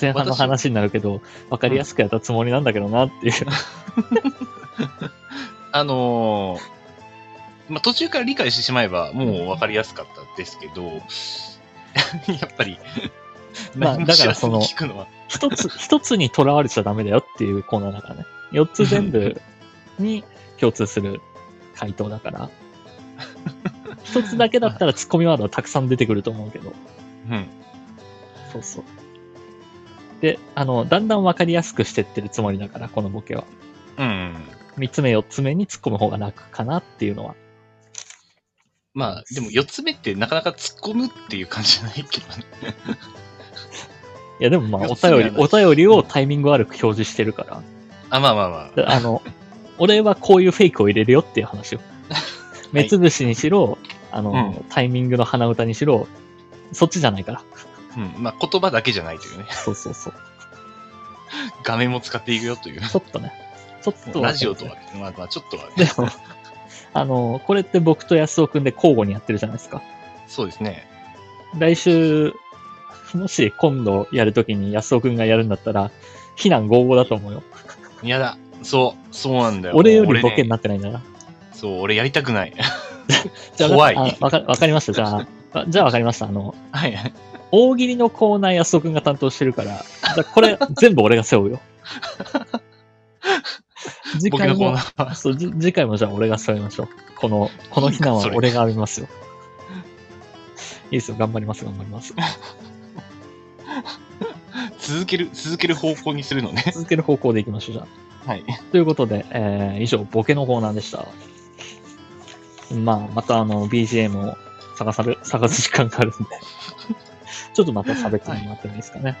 S1: 前半の
S2: 私
S1: 話になるけど、わかりやすくやったつもりなんだけどなっていう。
S2: あのーまあ、途中から理解してしまえば、もう分かりやすかったですけど、 やっぱり、
S1: まあ
S2: 何も知らずに
S1: だからその
S2: 聞くのは、
S1: 一 つ、一つにとらわれちゃダメだよっていうコーナーだからね。四つ全部に共通する回答だから。一つだけだったらツッコミワードはたくさん出てくると思うけど。
S2: うん。
S1: そうそう。で、あの、だんだんわかりやすくしてってるつもりだから、このボケは。
S2: うん。
S1: 三つ目、四つ目に突っ込む方が楽かなっていうのは。
S2: まあ、でも4つ目ってなかなか突っ込むっていう感じじゃないけどね。
S1: いや、でもまあ、お
S2: 四つ目は
S1: 便り、お便りをタイミング悪く表示してるから。
S2: あ、まあまあまあ。
S1: で あの、俺はこういうフェイクを入れるよっていう話を。目つぶしにしろ、あの、
S2: う
S1: タイミングの鼻歌にしろ、そっちじゃないから。
S2: うん。まあ、言葉だけじゃないというね。
S1: そうそうそう。
S2: 画面も使っていくよという。
S1: ちょっとね。ちょっと。
S2: ラジオとは。、まあまあ、ちょっとはね、
S1: でも、あの、これって僕と安尾くんで交互にやってるじゃないですか。
S2: そうですね。
S1: 来週、もし今度やるときに安尾くんがやるんだったら、非難合々だと思うよ。
S2: やだ。そう、そうなんだよ。
S1: 俺よりボケ
S2: 俺
S1: に
S2: ね
S1: なってないんだな。
S2: そう、俺やりたくない。
S1: じゃあ
S2: 怖い
S1: あわかわかりました。じゃあ、あじゃあわかりました。あの、
S2: はい。
S1: 大喜利のコーナー安尾くんが担当してるから、じゃあこれ全部俺が背負う よ。次
S2: 僕の
S1: 回
S2: コー
S1: も
S2: ナ、ーは。
S1: そうじ次回もじゃあ俺が背負いましょう。この、この避難は俺が浴びますよ。いいですよ、頑張ります、頑張ります。
S2: 続ける、続ける方向にするのね。
S1: 続ける方向でいきましょう、じゃあ。
S2: はい。
S1: ということで、えー以上、ボケのコーナーでした。まあ、またあの、BGM を探され、 探す時間があるんで、ちょっとまた喋ってもらってもいいですかね。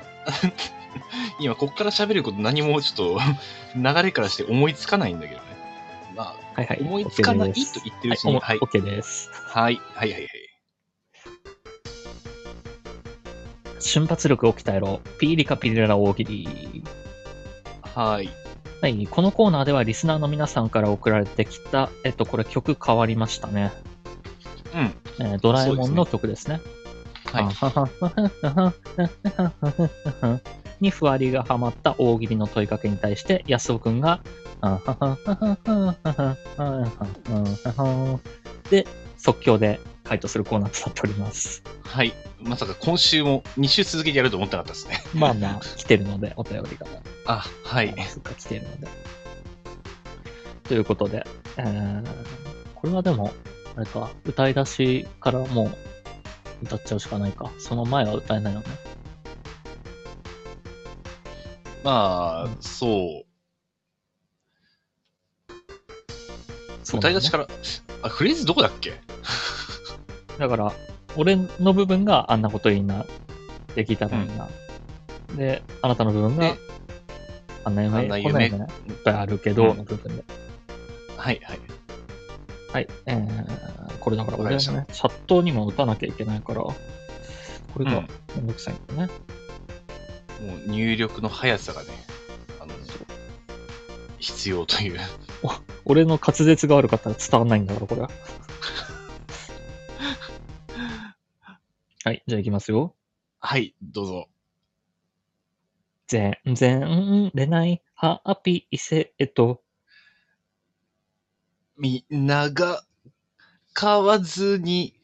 S2: 今、こっから喋ること何もちょっと 流れからして思いつかないんだけどね。まあ、
S1: はいはい。
S2: 思いつかない
S1: OK
S2: と
S1: です
S2: 言ってるうちに、
S1: は、
S2: はいい
S1: お。OK です。
S2: はい。はいはいはい。
S1: 瞬発力を鍛えろ。ピーリカピリラ大喜利。
S2: はい。
S1: はい、このコーナーではリスナーの皆さんから送られてきた、えっと、これ曲変わりましたね。
S2: うん。
S1: えードラえもんの曲ですね。
S2: はい。
S1: にふわりがはまった大喜利の問いかけに対して安尾くんがで即興で回答するコーナーとなっております。
S2: はい。まさか今週も2週続けてやると思ってなかったですね。
S1: まあまあ来てるのでお便りが。
S2: あ、はい。
S1: ずっと来てるので。ということで、えーこれはでも、あれか、歌い出しからもう歌っちゃうしかないか。その前は歌えないのね。
S2: まあ、そう。
S1: そうな
S2: 歌い
S1: のね
S2: 出しから、あ、フレーズどこだっけ
S1: だから、俺の部分があんなこといいな、できたらいいな。で、あなたの部分が
S2: ね、
S1: あんな
S2: あん
S1: 夢、
S2: な夢
S1: こんな夢ね、いっぱいあるけど、
S2: うん
S1: の部分で。
S2: はいはい。
S1: はい、えー、これだから
S2: わか
S1: 俺
S2: りました
S1: はね、チャットにも打たなきゃいけないから、これ
S2: うん
S1: がめんどくさいんだね。
S2: もう入力の速さがね、あの、必要という。
S1: 俺の滑舌が悪かったら伝わんないんだから、これは。はい、じゃあ行きますよ。
S2: はい、どうぞ。
S1: 全然売れないハッピーセット。
S2: みんなが使わずに、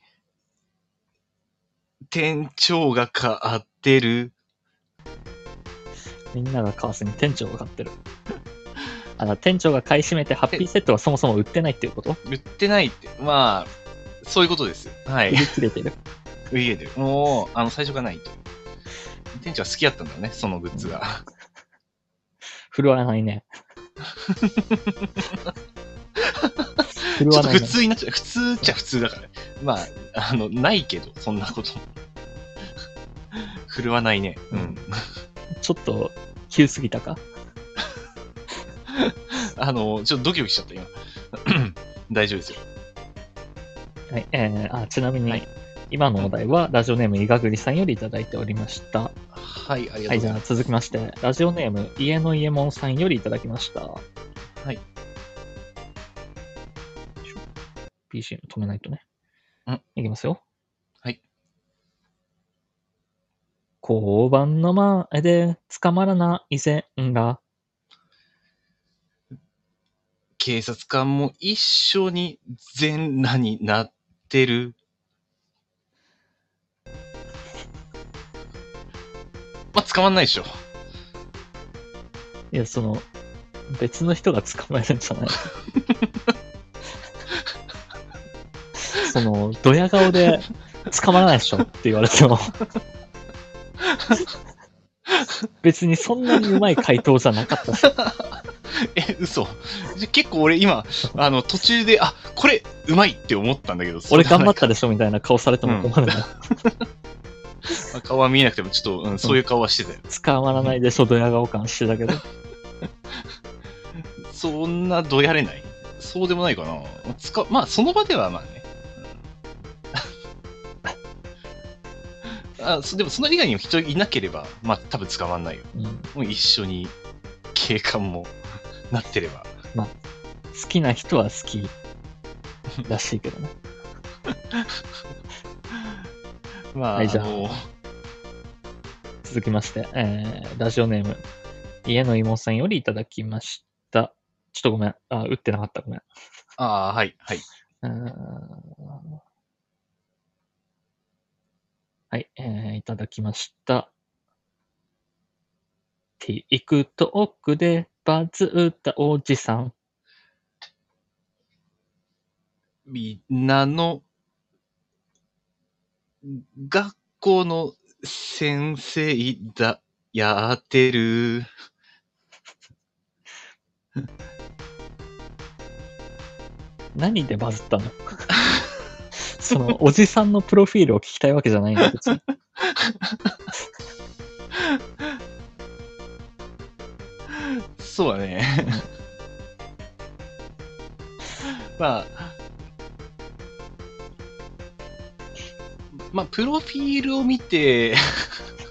S2: 店長が買ってる。
S1: みんなが買わずに店長が買 ってる。あの店長が買い占めてハッピーセットはそもそも売ってないっていう こと
S2: 売ってないって。まあ、そういうことです。はい
S1: 売。り切れてる。
S2: 売り切れてる。もう、あの、最初がないと。店長は好きだったんだよね、そのグッズが。
S1: 振るわない ね。振る
S2: ちょ
S1: わ
S2: っと
S1: ない
S2: 普
S1: ね。
S2: 通になっちゃう。普通っちゃ普通だから。まあ、あの、ないけど、そんなこと。振るわないね。うん。
S1: ちょっと急すぎたか
S2: あの、ちょっとドキドキしちゃった、今。 大丈夫ですよ。
S1: はい、えー、あちなみに、
S2: はい
S1: 今のお題はラジオネームいがぐりさんよりいただいておりました。
S2: はい、あり。
S1: はい、じゃあ続きまして、ラジオネーム家の家門さんよりいただきました。はい BGM 止めないとね。
S2: うん。
S1: いきますよ。
S2: はい。
S1: 交番の前で捕まらない線が、
S2: 警察官も一緒に全裸になってる。まあ、捕まんないでしょ。
S1: いや、その、別の人が捕まえるんじゃないその、ドヤ顔で捕まらないでしょって言われても。別にそんなにうまい回答じゃなかったし。
S2: え、嘘。じゃ結構俺今、あの、途中で、あ、これ、うまいって思ったんだけど、
S1: 俺頑張っ
S2: そ
S1: たでしょみたいな顔されても困るな。
S2: んな顔は見えなくても、ちょっと、うん、そういう顔はしてたよ。
S1: 捕まらないでしょ、ドヤ顔感してたけど。
S2: そんなどやれないそうでもないかな。つか、まあ、その場ではまあね。 うんあそでも、その以外にも人いなければ、まあ、多分捕まんないよ。
S1: うん
S2: もう一緒に警官もなってれば。
S1: 好きな人は好きらしいけどね。
S2: まあ、
S1: はいじゃあ
S2: あの、
S1: 続きまして、えーラジオネーム、家の妹さんよりいただきました。ちょっとごめん。あ、打ってなかった。ごめん。
S2: ああ、はい、はい。
S1: うーんはい、えーいただきました。TikTok でバズったおじさん。
S2: みんなの、学校の先生だ、やってる。
S1: 何でバズ ったのその、おじさんのプロフィールを聞きたいわけじゃないんだ別に
S2: そうだね。 まあ、まあ、プロフィールを見て、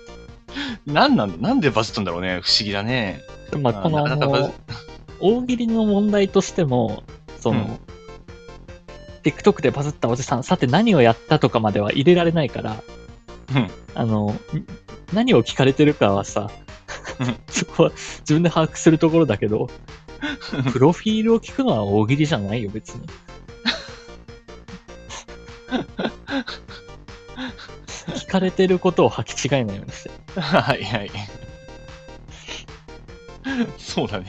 S2: 何なんだなんでバズったんだろうね不思議だね。
S1: まあ、
S2: まあ
S1: この、
S2: な
S1: あ
S2: かなか
S1: の、大喜利の問題としても、その、
S2: うん
S1: TikTok でバズったおじさん、さて何をやったとかまでは入れられないから、
S2: うん
S1: あの、ん何を聞かれてるかはさ
S2: うん、
S1: そこは自分で把握するところだけ ど、プロフィールを聞くのは大喜利じゃないよ、別 に。聞かれてることを履き違えないようにして。
S2: はいはい。そうだね。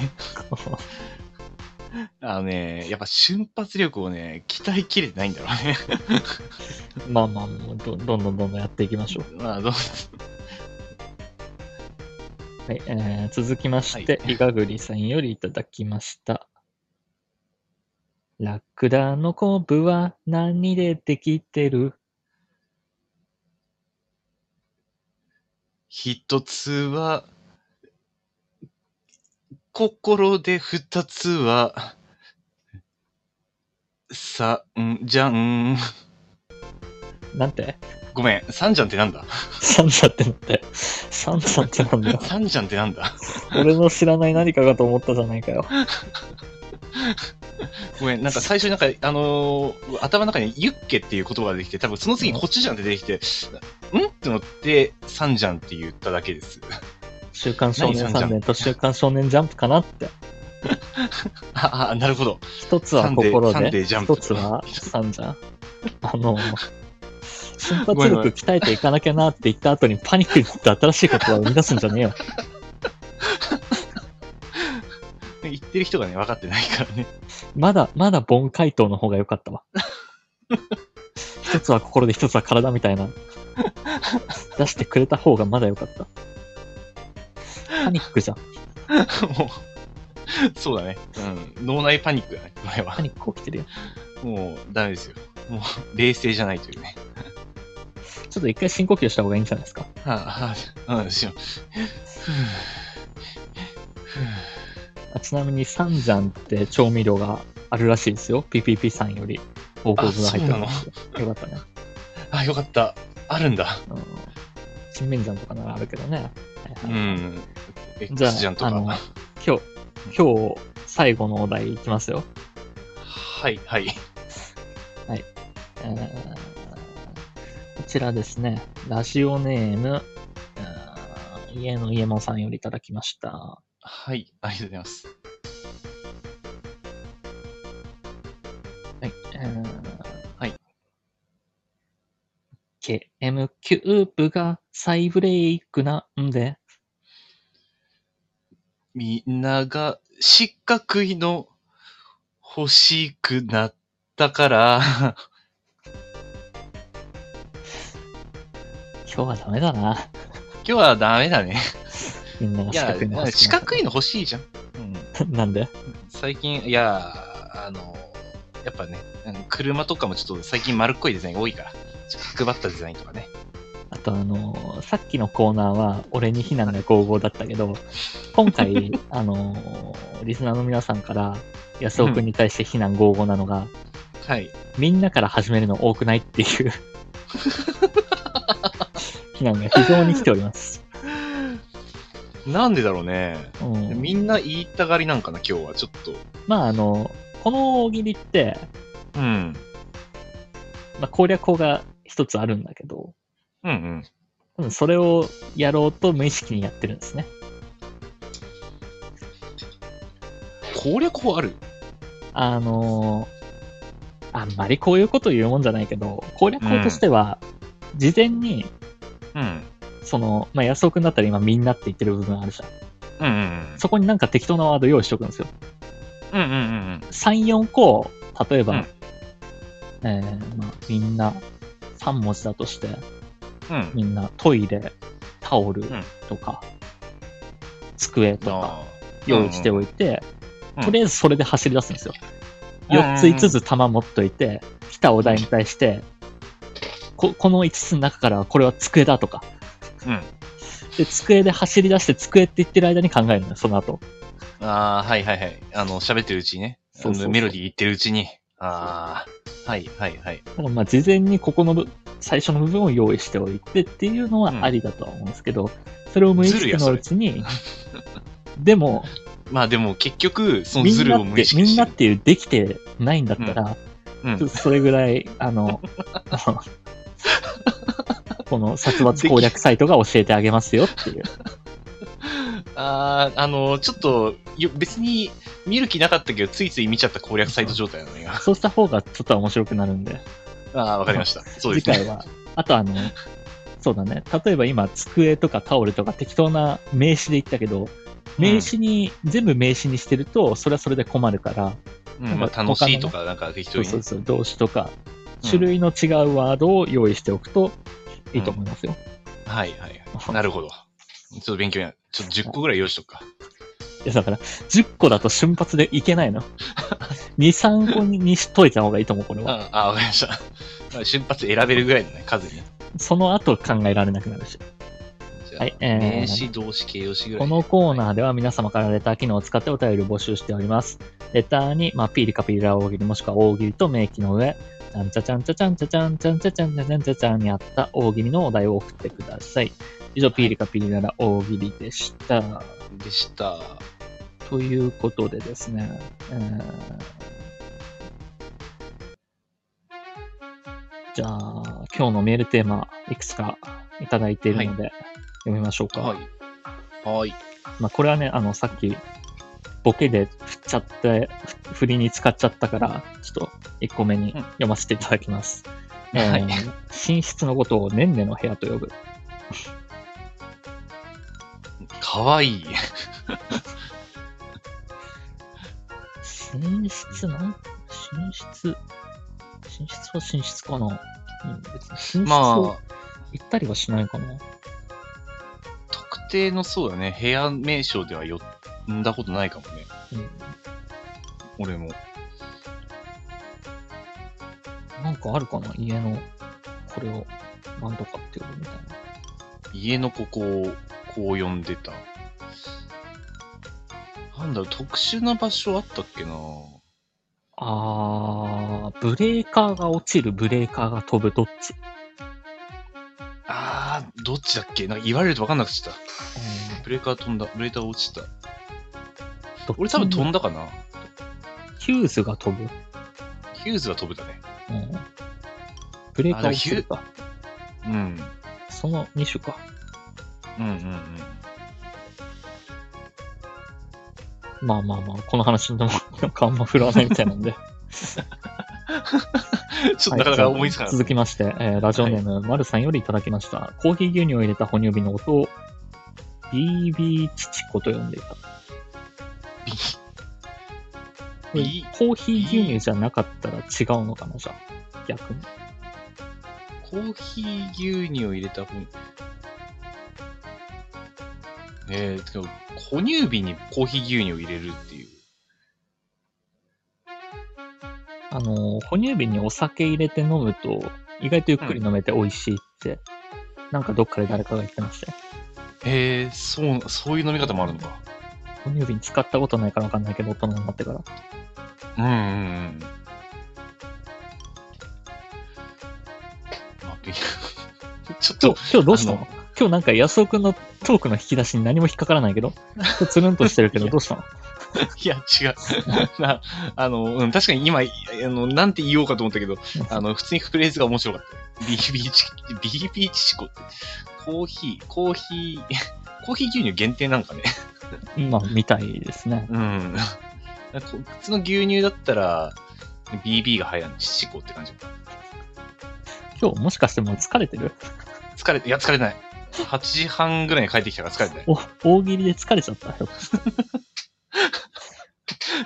S2: あのね、やっぱ瞬発力をね、鍛えきれてないんだろうね。
S1: まあまあ、もうどどんどんどんどんやっていきましょう。
S2: まあ、どう
S1: はい、えー続きまして、
S2: は
S1: イガグリさんよりいただきました。ラクダのコブは何でできてる
S2: 一つは、心で二つは、三じゃん。
S1: なんて
S2: ごめん、三じゃんってなんだ
S1: サンサってなんてサンサってなん だよ。
S2: 三じゃんってなんだ
S1: 俺の知らない何かかと思ったじゃないかよ。
S2: ごめん、なんか最初になんか、あのー頭の中にユッケっていう言葉ができて、多分その次にコチュジャンって出てきて、んって思って、三じゃんって言っただけです。
S1: 週刊少年
S2: 何サンジャン
S1: 3年と週刊少年ジャンプかなって。
S2: ああ、なるほど。
S1: 一つは心
S2: サンデーサンデ
S1: で、
S2: ージャンプ
S1: 一つはサンじゃん。あ の、瞬
S2: ごめ
S1: 発
S2: んご
S1: 力
S2: めん
S1: 鍛えていかなきゃなって言った後にパニックになって新しい言葉を生み出すんじゃねえよ。
S2: 言ってる人がね、分かってないからね。
S1: まだ、まだ盆回答の方が良かった わ。一つは心で一つは体みたいな。出してくれた方がまだ良かった。パニックじゃん。
S2: もう、そうだね。うん。脳内パニックだね、前は
S1: パ。ニック起きてるよ。
S2: もう、ダメですよ。もう、冷静じゃないというね。
S1: ちょっと一回深呼吸した方がいいんじゃないですか。
S2: はあ、はあ、うん、しよう。
S1: あちなみにサンジャンって調味料があるらしいですよ。PPP さんより多く分が入ってますんで。よかったね。
S2: あ、よかった。あるんだ。
S1: うん。チンメンジャンとかならあるけどね。
S2: う
S1: はいはい
S2: ん。
S1: じゃ
S2: X じゃんと
S1: あ、あの
S2: か。、
S1: 今日、今日最後のお題いきますよ。
S2: はい、はい。
S1: えーこちらですね、ラジオネーム、えー家の家もさんよりいただきました。
S2: はい、ありがとうございます。
S1: はい。えー
S2: はい。
S1: KM キューブが再ブレイクなんで、
S2: みんなが四角いの欲しくなったから、
S1: 今日はダメだな。
S2: 今日はダメ だね。
S1: みんなが
S2: い
S1: 四
S2: や
S1: 角いの、欲し
S2: 四
S1: くなっ
S2: 角いの欲しいじゃん。うん、
S1: たなんで
S2: 最近、いやー、あの、やっぱね、あの車とかもちょっと最近丸っこいデザイン多いから、角ばったデザインとかね。
S1: あとあのーさっきのコーナーは俺に非難が合々だったけど、今 回、あのーリスナーの皆さんから安尾くんに対して非難合々なのが、
S2: はい。
S1: みんなから始めるの多くないっていう 非難が非常に来ております。
S2: なんでだろうね。
S1: うん、
S2: みんな言いたがりなんかな、今日は。ちょっと。
S1: まああの、この大喜利って、
S2: うん。
S1: まあ、攻略法が一つあるんだけど、
S2: うんうん。
S1: 多分それをやろうと無意識にやってるんですね。
S2: 攻略法ある
S1: あのーあんまりこういうこと言うもんじゃないけど、攻略法としては、事前に、
S2: うん。
S1: その、まあ、安尾くんだったら今みんなって言ってる部分あるじゃん。
S2: うんうん
S1: そこになんか適当なワード用意しとくんですよ。
S2: うん。うんうんうん。
S1: 3、4個、例えば、
S2: うん
S1: えーまあ、みんな、3文字だとして、
S2: うん。
S1: みんなトイレ、タオル
S2: ん
S1: とか、机とか
S2: あ
S1: 用意しておいて、
S2: うん
S1: とりあえずそれで走り出すんですよ。
S2: うん
S1: 4つ5つ玉持っといて、来たお題に対して、ここの5つの中からはこれは机だとか。
S2: ーうん。
S1: で、机で走り出して机って言ってる間に考えるのよ、その後。
S2: ああ、はいはいはい。あの、喋ってるうちにね。
S1: そうそうそう
S2: あのメロディー言ってるうちに。ああ、はいはいはい。
S1: だからまあ事前にここの部最初の部分を用意しておいてっていうのはありだとは思うんですけど、それを無意識のうちに、 でも、
S2: まあでも結局、その
S1: み
S2: ズ
S1: んな
S2: ルを
S1: っ
S2: 無意
S1: て、
S2: 識
S1: みん
S2: に
S1: なっていうできてないんだったら、
S2: うん
S1: ちょっとそれぐらい、あ の、あのこの殺伐攻略サイトが教えてあげますよっていう。
S2: ああ、あの、ちょっと、よ別に見る気なかったけど、ついつい見ちゃった攻略サイト状態な のよ。
S1: そうした方がちょっとは面白くなるんで、
S2: ああ、わかりました。そうで
S1: 次
S2: すね。
S1: 回は。あとあの、そうだね。例えば今、机とかタオルとか適当な名詞で言ったけど、名詞に、全部名詞にしてると、それはそれで困るから、
S2: うんまあ楽しいとか、なんか適当
S1: そう
S2: に
S1: そ
S2: ね
S1: う。そう、動詞とか、
S2: うん
S1: 種類の違うワードを用意しておくといいと思いますよ。
S2: はいはい はい。なるほど。ちょっと勉強になる。ちょっと10個ぐらい用意しとくか。
S1: いや、だから、10個だと瞬発でいけないの。2、3個ににしといた方がいいと思う、これ
S2: うん
S1: は。
S2: ああ、わかりました。 まあ瞬発選べるぐらいのね、数にね。
S1: その後考えられなくなるし。
S2: じゃあ
S1: はい、えー
S2: 名詞、動詞、形容詞ぐら
S1: こ
S2: い。
S1: のコーナーでは皆様からレター機能を使ってお便りを募集しております。レターに、まあ、ピーリカピーラ大喜利もしくは大喜利と名記の上、ちゃんちゃちゃんちゃちゃんちゃちゃんちゃんちゃちゃんちゃちゃんちゃちゃんにあった大喜利のお題を送ってください。以上、ピーリカピーラ大喜利でした。
S2: でした。
S1: ということでですね、えーじゃあ、今日のメールテーマ、いくつかいただいているので、読みましょうか。
S2: はい。はい。
S1: まあ、これはね、あの、さっき、ボケで振っちゃって、ふ振りに使っちゃったから、ちょっと1個目に
S2: うん
S1: 読ませていただきます。
S2: はい
S1: えー寝室のことをねんねの部屋と呼ぶ。
S2: か わいい。
S1: 寝室なん寝室寝室は寝室かな、うん、別に寝室を
S2: まあ、
S1: 行ったりはしないかな、
S2: 特定のそうだね、部屋名称では呼んだことないかもね。
S1: うん、
S2: 俺も。
S1: なんかあるかな家のこれをなんとかって呼ぶみたいな
S2: 家のここをこう呼んでた。なんだろう、特殊な場所あったっけな
S1: あーブレーカーが落ちるブレーカーが飛ぶどっち、
S2: あー、どっちだっけなんか言われると分かんなくなっちゃった。ブレーカー飛んだ。ブレーカー落ちた。
S1: どっち
S2: 俺多分飛んだかな。
S1: ヒューズが飛ぶ、
S2: ヒューズが飛ぶだね。
S1: うん、ブレーカー落ちるか
S2: うん。
S1: その2種か
S2: うんうんうん。
S1: まあまあまあこの話のなんかあんま振らないみたいなんで
S2: ちょっとなかなか思いつか
S1: は
S2: ない
S1: じゃあ続きまして、えーラジオネーム、まるさんよりいただきました。コーヒー牛乳を入れた哺乳瓶のことを、BB 父子と呼んでいた。これ
S2: B
S1: コーヒー牛乳じゃなかったら違うのかな、じゃあ。逆に。
S2: コーヒー牛乳を入れた分。えー、てか、哺乳瓶にコーヒー牛乳を入れるっていう。
S1: あのー、哺乳瓶にお酒入れて飲むと、意外とゆっくり飲めて美味しいって、なんかどっかで誰かが言ってましたよ。
S2: えー、そう、そういう飲み方もあるのか。
S1: 哺乳瓶使ったことないからわかんないけど、大人になってから。
S2: うんうんうん。まあ、び ちょっ
S1: 今
S2: と、
S1: 日、今日どうしたの
S2: あの
S1: 今日なんか安尾くんのトークの引き出しに何も引っかからないけ ど、つるんとしてるけど、どうしたの
S2: いや、違う。 なあの、うん、確かに今、いあの、なんて言おうかと思ったけど、あの、普通にフレーズが面白かった。BB チ、BB チチコって、コーヒー、コーヒー、 コーヒー牛乳限定なんかね。
S1: まあ、みたいですね。
S2: うん。こ普通の牛乳だったら、BB が入らない。チチコって感じ。
S1: 今日もしかしてもう疲れてる
S2: 疲れて、いや、疲れてない。8時半ぐらいに帰ってきたから疲れてない。
S1: お大喜利で疲れちゃった。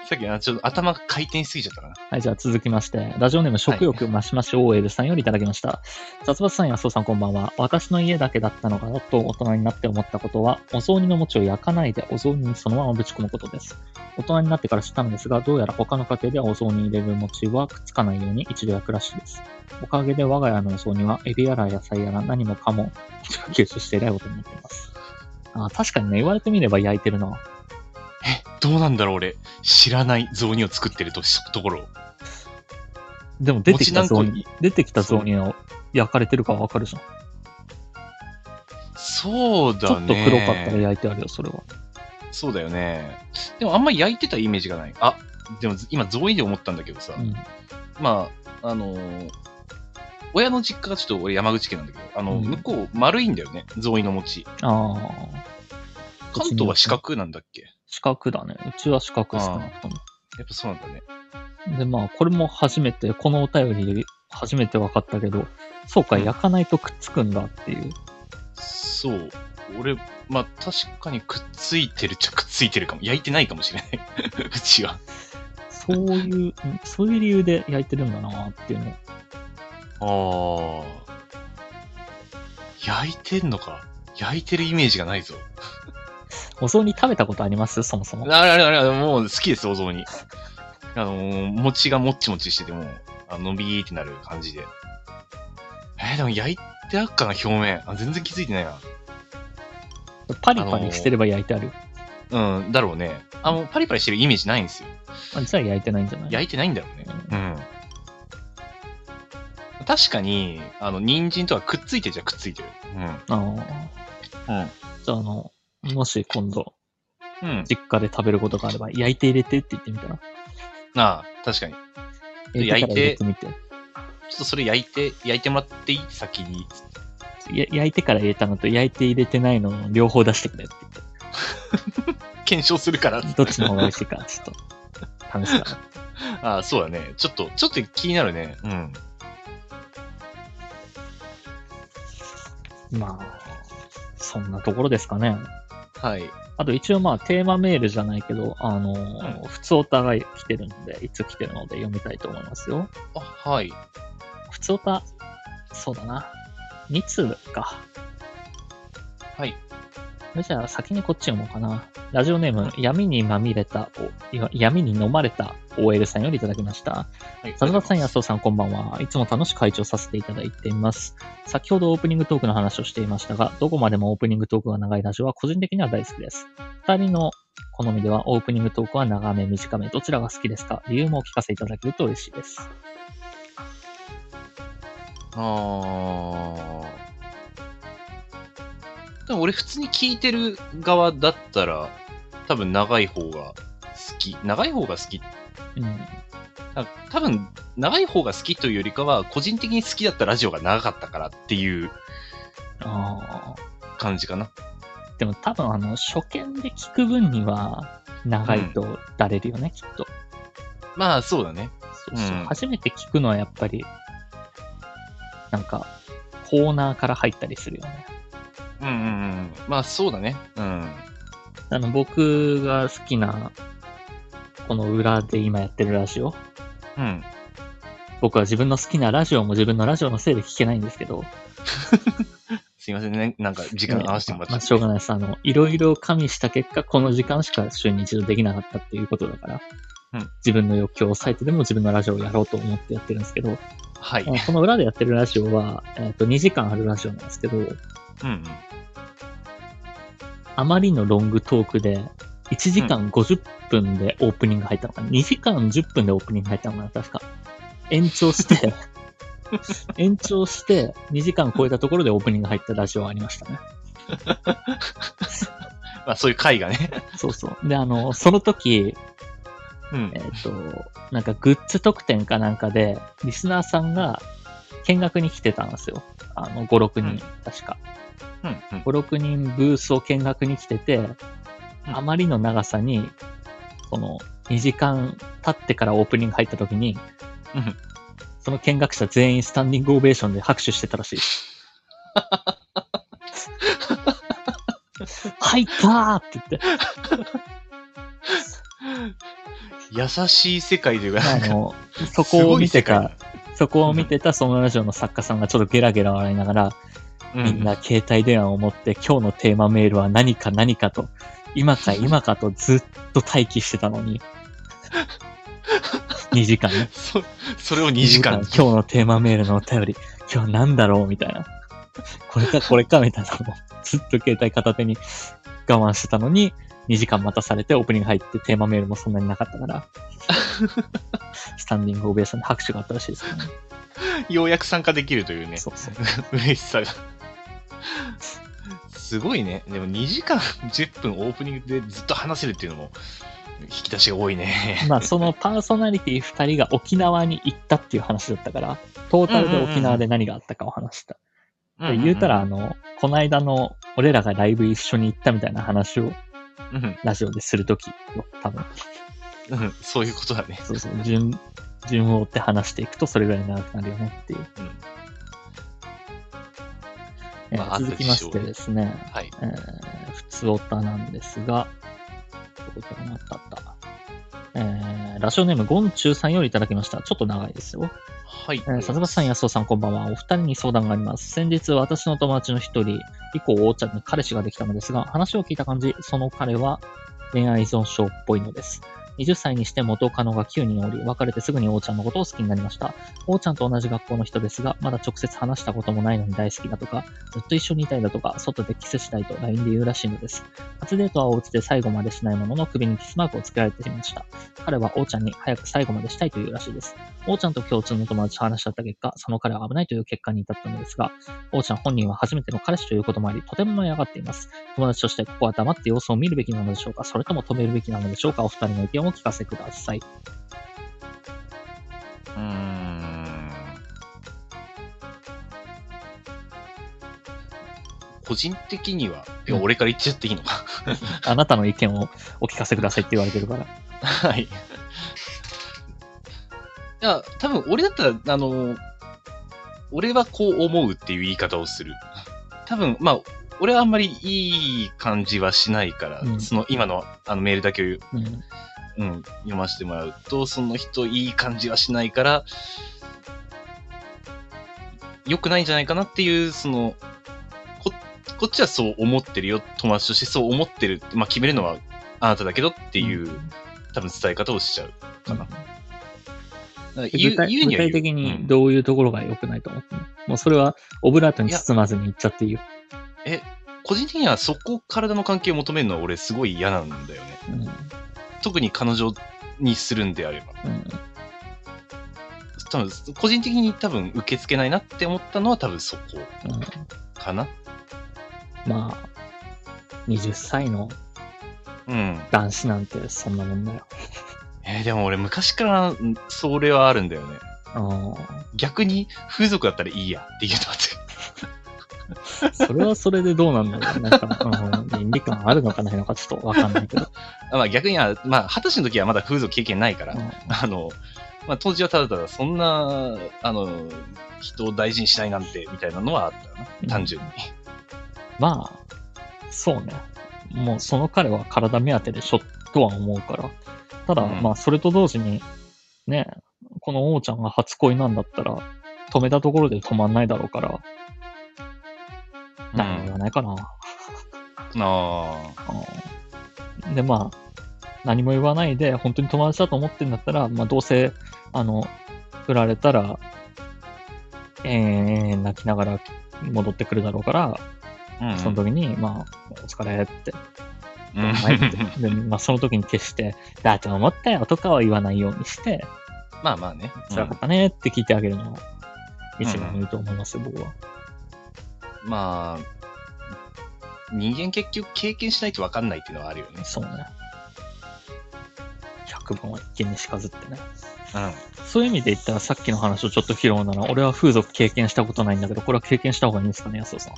S2: さっき、あちょっと頭回転しすぎちゃったかな。
S1: はい、じゃあ続きまして、ラジオネーム食欲増し増し OL さんよりいただきました。雑伐さん、安尾さんこんばんは。私の家だけだったのかなと大人になって思ったことは、お雑煮の餅を焼かないでお雑煮にそのままぶち込むことです。大人になってから知ったのですが、どうやら他の家庭ではお雑煮に入れる餅はくっつかないように一度焼くらしいです。おかげで我が家のお雑煮は、エビやら野菜やら何もかも吸収していないことになっています。あー確かにね、言われてみれば焼いてるな。
S2: え、どうなんだろう、俺。知らない雑煮を作ってるとしところ。
S1: でも出てきたゾー
S2: 餅何個
S1: ン
S2: に、
S1: 出てきたゾーンを焼かれてるかわかるじゃん。
S2: そう
S1: ちょ
S2: だ
S1: っ
S2: ね。
S1: と黒かったら焼いてあるよ、それは。
S2: そうだよね。でもあんま焼いてたイメージがない。あ、でも今雑煮で思ったんだけどさ、
S1: うん。
S2: まあ、あのー親の実家がちょっと俺山口県なんだけど、あの、
S1: うん
S2: 向こう丸いんだよね、雑煮の餅。
S1: ああ。
S2: 関東は四角なんだっけ
S1: 四角だね。うちは四角少なくと
S2: やっぱそうなんだね。
S1: も。で、まあ、これも初めて、このお便りで初めて分かったけど、そうか、
S2: うん
S1: 焼かないとくっつくんだっていう。
S2: そう。俺、まあ確かにくっついてるっちゃくっついてるかも。焼いてないかもしれない。 うちは。
S1: そういう、 うんそういう理由で焼いてるんだなっていうの。
S2: ああ。焼いてんのか。焼いてるイメージがないぞ。
S1: お雑煮食べたことありますそもそも。
S2: あれあれあれあれ、もう好きです、お雑煮。あのー、餅がもっちもちしててもう、あのびーってなる感じで。えーでも焼いてあっかな、表面。あ全然気づいてない
S1: パリパリしてれば焼いてある。
S2: な。うん、だろうね。あの、パリパリしてるイメージないんですよ。
S1: あじゃあ焼いてないんじゃない
S2: 焼いてないんだろうね。うん。確かに、あの、人参とかくっついてるじゃくっついてる。
S1: ああ。
S2: うん。
S1: じゃあ、あの、もし今度、
S2: うん。うん。
S1: 実家で食べることがあれば、焼いて入れてって言ってみたら。
S2: ああ、確かに。で
S1: から入れてみて。
S2: ちょっとそれ焼いて、焼いてもらっていい先に。
S1: や焼いてから入れたのと、焼いて入れてないのを両方出してくれって言って。
S2: 検証するから。
S1: どっちの方が美味しいか、ちょっと、試すか
S2: ああ、そうだね。ちょっと、ちょっと気になるね。うん。
S1: ら。まあ、そんなところですかね。
S2: はい。
S1: あと一応まあテーマメールじゃないけど、あのー普通お互い来てるので、いつ来てるので読みたいと思いますよ。
S2: あ、はい。
S1: 普通おた、そうだな。2通か。
S2: はい。
S1: それじゃあ先にこっち読もうかな。ラジオネーム、闇にまみれた、おいや闇に飲まれた OL さんよりいただきました。
S2: はい
S1: サルダさん、安尾さん、こんばんは。いつも楽しく会長させていただいています。先ほどオープニングトークの話をしていましたが、どこまでもオープニングトークが長いラジオは個人的には大好きです。二人の好みではオープニングトークは長め、短め、どちらが好きですか理由もお聞かせいただけると嬉しいです。
S2: あーでも俺普通に聞いてる側だったら多分長い方が好き長い方が好き
S1: うん。
S2: あ多分長い方が好きというよりかは個人的に好きだったラジオが長かったからっていう
S1: あー
S2: 感じかな
S1: でも多分、あの、初見で聞く分には、長いとだれるよね、きっと。
S2: まあそうだね
S1: そうそう
S2: うん
S1: 初めて聞くのはやっぱり、なんか、コーナーから入ったりするよね。
S2: うんうんうんまあそうだねうん
S1: あの、僕が好きな、この裏で今やってるラジオ。
S2: うん
S1: 僕は自分の好きなラジオも自分のラジオのせいで聞けないんですけど。
S2: すいませんねなんか時間合わせてもらっち
S1: ま
S2: ゃ
S1: あ
S2: っ
S1: しょうがないです。あの、いろいろ加味した結果、この時間しか週に一度できなかったっていうことだから、
S2: うん
S1: 自分の欲求を抑えてでも自分のラジオをやろうと思ってやってるんですけど、
S2: たはい
S1: あのこの裏でやってるラジオは、えっ、と、2時間あるラジオなんですけど、
S2: うんうん
S1: あまりのロングトークで、1時間50分でオープニング入ったのかな、2時間10分でオープニング入ったのかな確か。延長 して、延長して、2時間超えたところでオープニング入ったラジオはありましたね。
S2: まあそういう回がね
S1: そうそう。で、あの、その時、
S2: うん
S1: えっ、と、なんかグッズ特典かなんかで、リスナーさんが見学に来てたんですよ。あの、5、6
S2: うん
S1: 人、確か。
S2: うんうん
S1: 5、6人ブースを見学に来てて、あまりの長さに、その、2時間経ってからオープニング入った時に、
S2: うん
S1: その見学者全員スタンディングオベーションで拍手してたらしい です。入ったーって言って、
S2: 優しい世界というか
S1: あ
S2: なんか
S1: の、そこを見て
S2: すごい世界
S1: た、そこを見てたそのラジオの作家さんがちょっとゲラゲラ笑いながら、
S2: う
S1: みんな携帯電話を持って今日のテーマメールは何か何かと、今 か今かとずっと待機してたのに、2時間ね。
S2: そそれを2時間
S1: 今日のテーマメールのお便り、今日なんだろうみたいな。これかこれかみたいなのをずっと携帯片手に我慢してたのに、2時間待たされてオープニング入ってテーマメールもそんなになかった から、スタンディングオベーションで拍手があったらしいですけどね。
S2: ようやく参加できるというね、
S1: そうそう。
S2: 嬉しさが。すごいね。でも2時間10分オープニングでずっと話せるっていうのも、引き出しが多いね。
S1: まあそのパーソナリティ2人が沖縄に行ったっていう話だったから、トータルで沖縄で何があったかを話した。で 言うたら、あの、この間の俺らがライブ一緒に行ったみたいな話を
S2: うんうん、
S1: ラジオでするときよ、多分。
S2: うんうん、そういうことだね。
S1: そうそう、順、順を追って話していくとそれぐらい長くなるよねっていう。
S2: うん
S1: えー
S2: まあ
S1: 続きましてですね、
S2: はい。
S1: えー、普通オタなんですが、どこかなあったあった。えー、ラジオネーム、ゴンチュウさんよりいただきました。ちょっと長いですよ。
S2: はい。
S1: えー、笹場さん、安尾さん、こんばんは。お二人に相談があります。先日、私の友達の一人、以降、おーちゃんに彼氏ができたのですが、話を聞いた感じ、その彼は恋愛依存症っぽいのです。20歳にして元カノが9人おり、別れてすぐにおーちゃんのことを好きになりました。おーちゃんと同じ学校の人ですが、まだ直接話したこともないのに大好きだとか、ずっと一緒にいたいだとか、外でキスしたいと LINE で言うらしいのです。初デートはお家で最後までしないものの首にキスマークをつけられていました。彼はおーちゃんに早く最後までしたいというらしいです。おーちゃんと共通の友達と話し合った結果、その彼は危ないという結果に至ったのですが、おーちゃん本人は初めての彼氏ということもあり、とても舞い上がっています。友達としてここは黙って様子を見るべきなのでしょうか、それとも止めるべきなのでしょうか、お二人の意見をお聞かせください。
S2: うーん個人的には、いや
S1: うん
S2: 俺から言っちゃっていいのか。
S1: あなたの意見をお聞かせくださいって言われてるから。
S2: はい。いや、多分俺だったら、あの、俺はこう思うっていう言い方をする。多分、まあ、俺はあんまりいい感じはしないから、
S1: うん
S2: その今のあのメールだけを
S1: うん。
S2: うん、読ませてもらうと、その人いい感じはしないから、良くないんじゃないかなっていう、その、ここっちはそう思ってるよ、友達としてそう思ってるって、まあ決めるのはあなただけどっていう、多分伝え方をしちゃう。かなだから言う
S1: 具体
S2: 言うに
S1: 具
S2: は言
S1: 体
S2: う
S1: 的
S2: う
S1: に
S2: ん
S1: どういうところが良くないと思ってんのもうそれはオブラートに包まずに言っちゃっていいよ。
S2: 個人的にはそこ体の関係を求めるのは俺すごい嫌なんだよね。
S1: うん。
S2: 特に彼女にするんであれば。
S1: うん
S2: 多分、個人的に多分受け付けないなって思ったのは多分そこ
S1: うん
S2: かな。
S1: まあ、20歳の
S2: うん。
S1: 男子なんてそんなもんだよ。
S2: えーでも俺昔からんそれはあるんだよね。
S1: う
S2: 逆に風俗だったらいいやって 言うのっ
S1: ん。それはそれでどうなんだろう。なんか、うん、倫理観あるのかないのかちょっとわかんないけど。
S2: て。あまあ逆には、まあ二十歳の時はまだ風俗経験ないから、
S1: うん
S2: あの、まあ当時はただただそんな、あの、人を大事にしないなんてみたいなのはあったよ
S1: うん
S2: な。単純に。
S1: まあ、そうね。もうその彼は体目当てでしょとは思うから。ただ、
S2: うん
S1: まあ、それと同時に、ね、この王ちゃんが初恋なんだったら、止めたところで止まんないだろうから、
S2: うん
S1: 何も言わないかな。
S2: ああ。
S1: うんで、まあ、何も言わないで、本当に友達だと思ってんだったら、まあ、どうせ、あの、振られたら、えー、泣きながら戻ってくるだろうから、
S2: うんうん。
S1: その時に、まあ、お疲れって
S2: う
S1: お
S2: ん
S1: 前ってで、まあ、その時に消して、だと思ったよとかは言わないようにして、
S2: まあまあね。うん
S1: 辛かったねって聞いてあげるのが一番いいと思いますよ、僕は。
S2: まあ、人間結局経験しないと分かんないっていうのはあるよね。
S1: そうね。百番は一見にしかずってね。
S2: うん。
S1: そういう意味で言ったらさっきの話をちょっと拾うなら、俺は風俗経験したことないんだけど、これは経験した方がいいんですかね、安尾さん。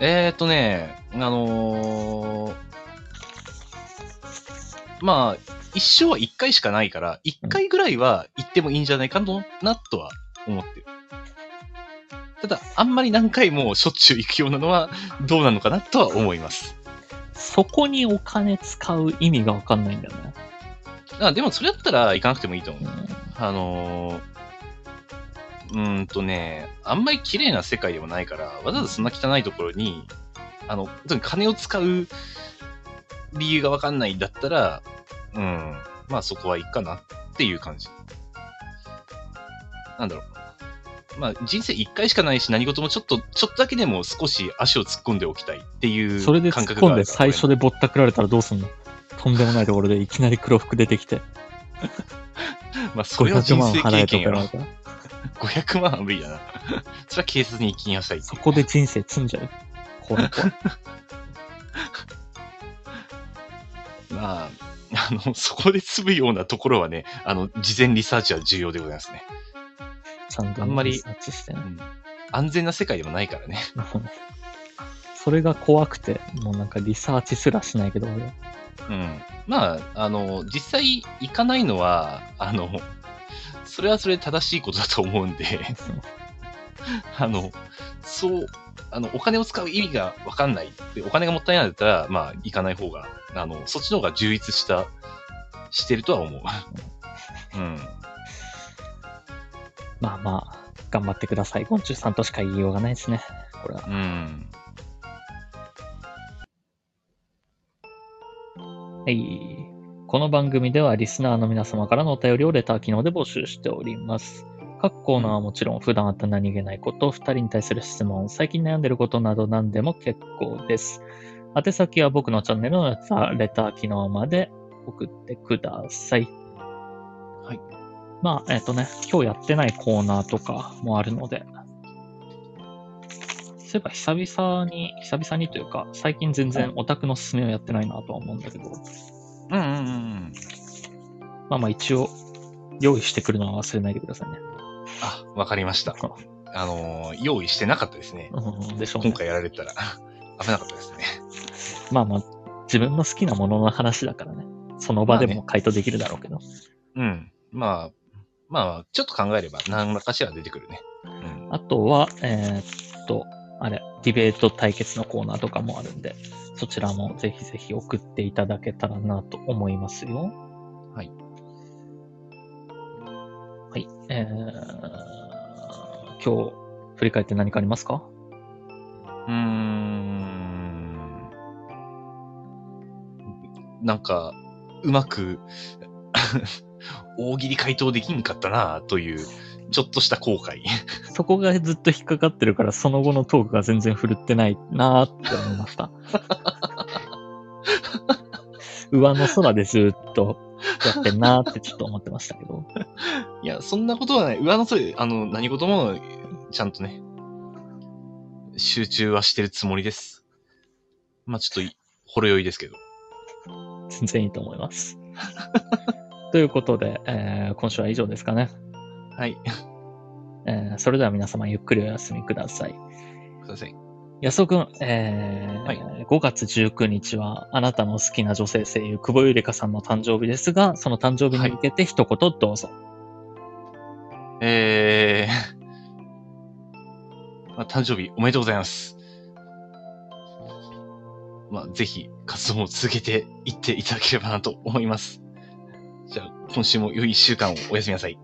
S2: えー、っとね、あのーまあ、一生は一回しかないから、一回ぐらいは行ってもいいんじゃないかなとは思ってる。ただ、あんまり何回もしょっちゅう行くようなのはどうなのかなとは思います。
S1: そこにお金使う意味がわかんないんだよね。
S2: あでも、それだったら行かなくてもいいと思
S1: う
S2: う。
S1: ん
S2: あのー、うーんとね、あんまり綺麗な世界でもないから、わざわざそんな汚いところに、あの、特に金を使う理由がわかんないんだったら、うん、まあそこはいいかなっていう感じ。なんだろう。まあ人生一回しかないし、何事もちょっと、ちょっとだけでも少し足を突っ込んでおきたいっていう
S1: それで突
S2: 感
S1: っ
S2: 覚が
S1: 込
S2: あ
S1: ん
S2: る
S1: で
S2: から
S1: 最初でぼったくられたらどうすんのとんでもないところでいきなり黒服出てきて、
S2: 俺まあそれは
S1: 500
S2: 人
S1: 万
S2: 生
S1: 払
S2: 経
S1: えと
S2: 験
S1: か
S2: や
S1: 言わ
S2: ろ
S1: れ。たら、
S2: 500万は無理だな。 それは警察に行きなさいってい
S1: そ
S2: う
S1: こで人生積んじゃう。この子は。
S2: まあ、あの、 そこで済むようなところはね、あの、事前リサーチは重要でございますね。
S1: ちゃんと
S2: あんまり
S1: リサーチしてね
S2: うん安全な世界でもないからね。
S1: それが怖くて、もうなんかリサーチすらしないけど、俺は
S2: うん。まあ、あの、実際行かないのは、あの、それはそれで正しいことだと思うんで、 あの、そう、あの、お金を使う意味がわかんない。でお金がもったいないんだったら、まあ、行かない方が、あの、そっちの方が充実した、してるとは思う。うん。
S1: まあまあ、頑張ってください。ゴンチュさんとしか言いようがないですね。これは。
S2: うん。
S1: はい。この番組ではリスナーの皆様からのお便りをレター機能で募集しております。各コーナーはもちろん普段あった何気ないこと、2人に対する質問、最近悩んでることなど何でも結構です。宛先は僕のチャンネルのレターレター機能まで送ってください。
S2: はい。
S1: まあ、えっ、とね、今日やってないコーナーとかもあるので、そういえば久々に、久々にというか、最近全然オタクの勧めをやってないなとは思うんだけど、
S2: うんうんうんうん。
S1: まあまあ一応、用意してくるのは忘れないでくださいね。
S2: あ、わかりました。あのー用意してなかったですね。
S1: うん、でしょうね
S2: 今。回やられたら。 危なかったですね。
S1: まあまあ、自分の好きなものの話だからね。その場でも回答できるだろうけど。
S2: うん。まあ、まあ、ちょっと考えれば何らかしら出てくるね。うん。
S1: あとは、えーっと、あれ、ディベート対決のコーナーとかもあるんで、そちらもぜひぜひ送っていただけたらなと思いますよ。
S2: はい。
S1: はい。えー、今日、振り返って何かありますか
S2: うーん。なんか、うまく、 大喜利回答できんかったなという、ちょっとした後悔。
S1: そこがずっと引っかかってるから、その後のトークが全然振るってないなーって思いました。上の空でずっとやってんなーってちょっと思ってましたけど。
S2: いや、そんなことはない。上のそれ、あの、何事も、ちゃんとね、集中はしてるつもりです。まあちょっとい、ほろ酔いですけど。
S1: 全然いいと思います。ということで、えー今週は以上ですかね、
S2: はい。
S1: えーそれでは皆様ゆっくりお休みください。
S2: ください。
S1: 安尾くん、えー
S2: は
S1: 5月19日はあなたの好きな女性声優、久保ゆりかさんの誕生日ですが、その誕生日に向けて一言どうぞ。
S2: えー、まあ、誕生日おめでとうございます。まあ、ぜひ活動を続けていっていただければなと思います。じゃあ、今週も良い一週間をおやすみなさい。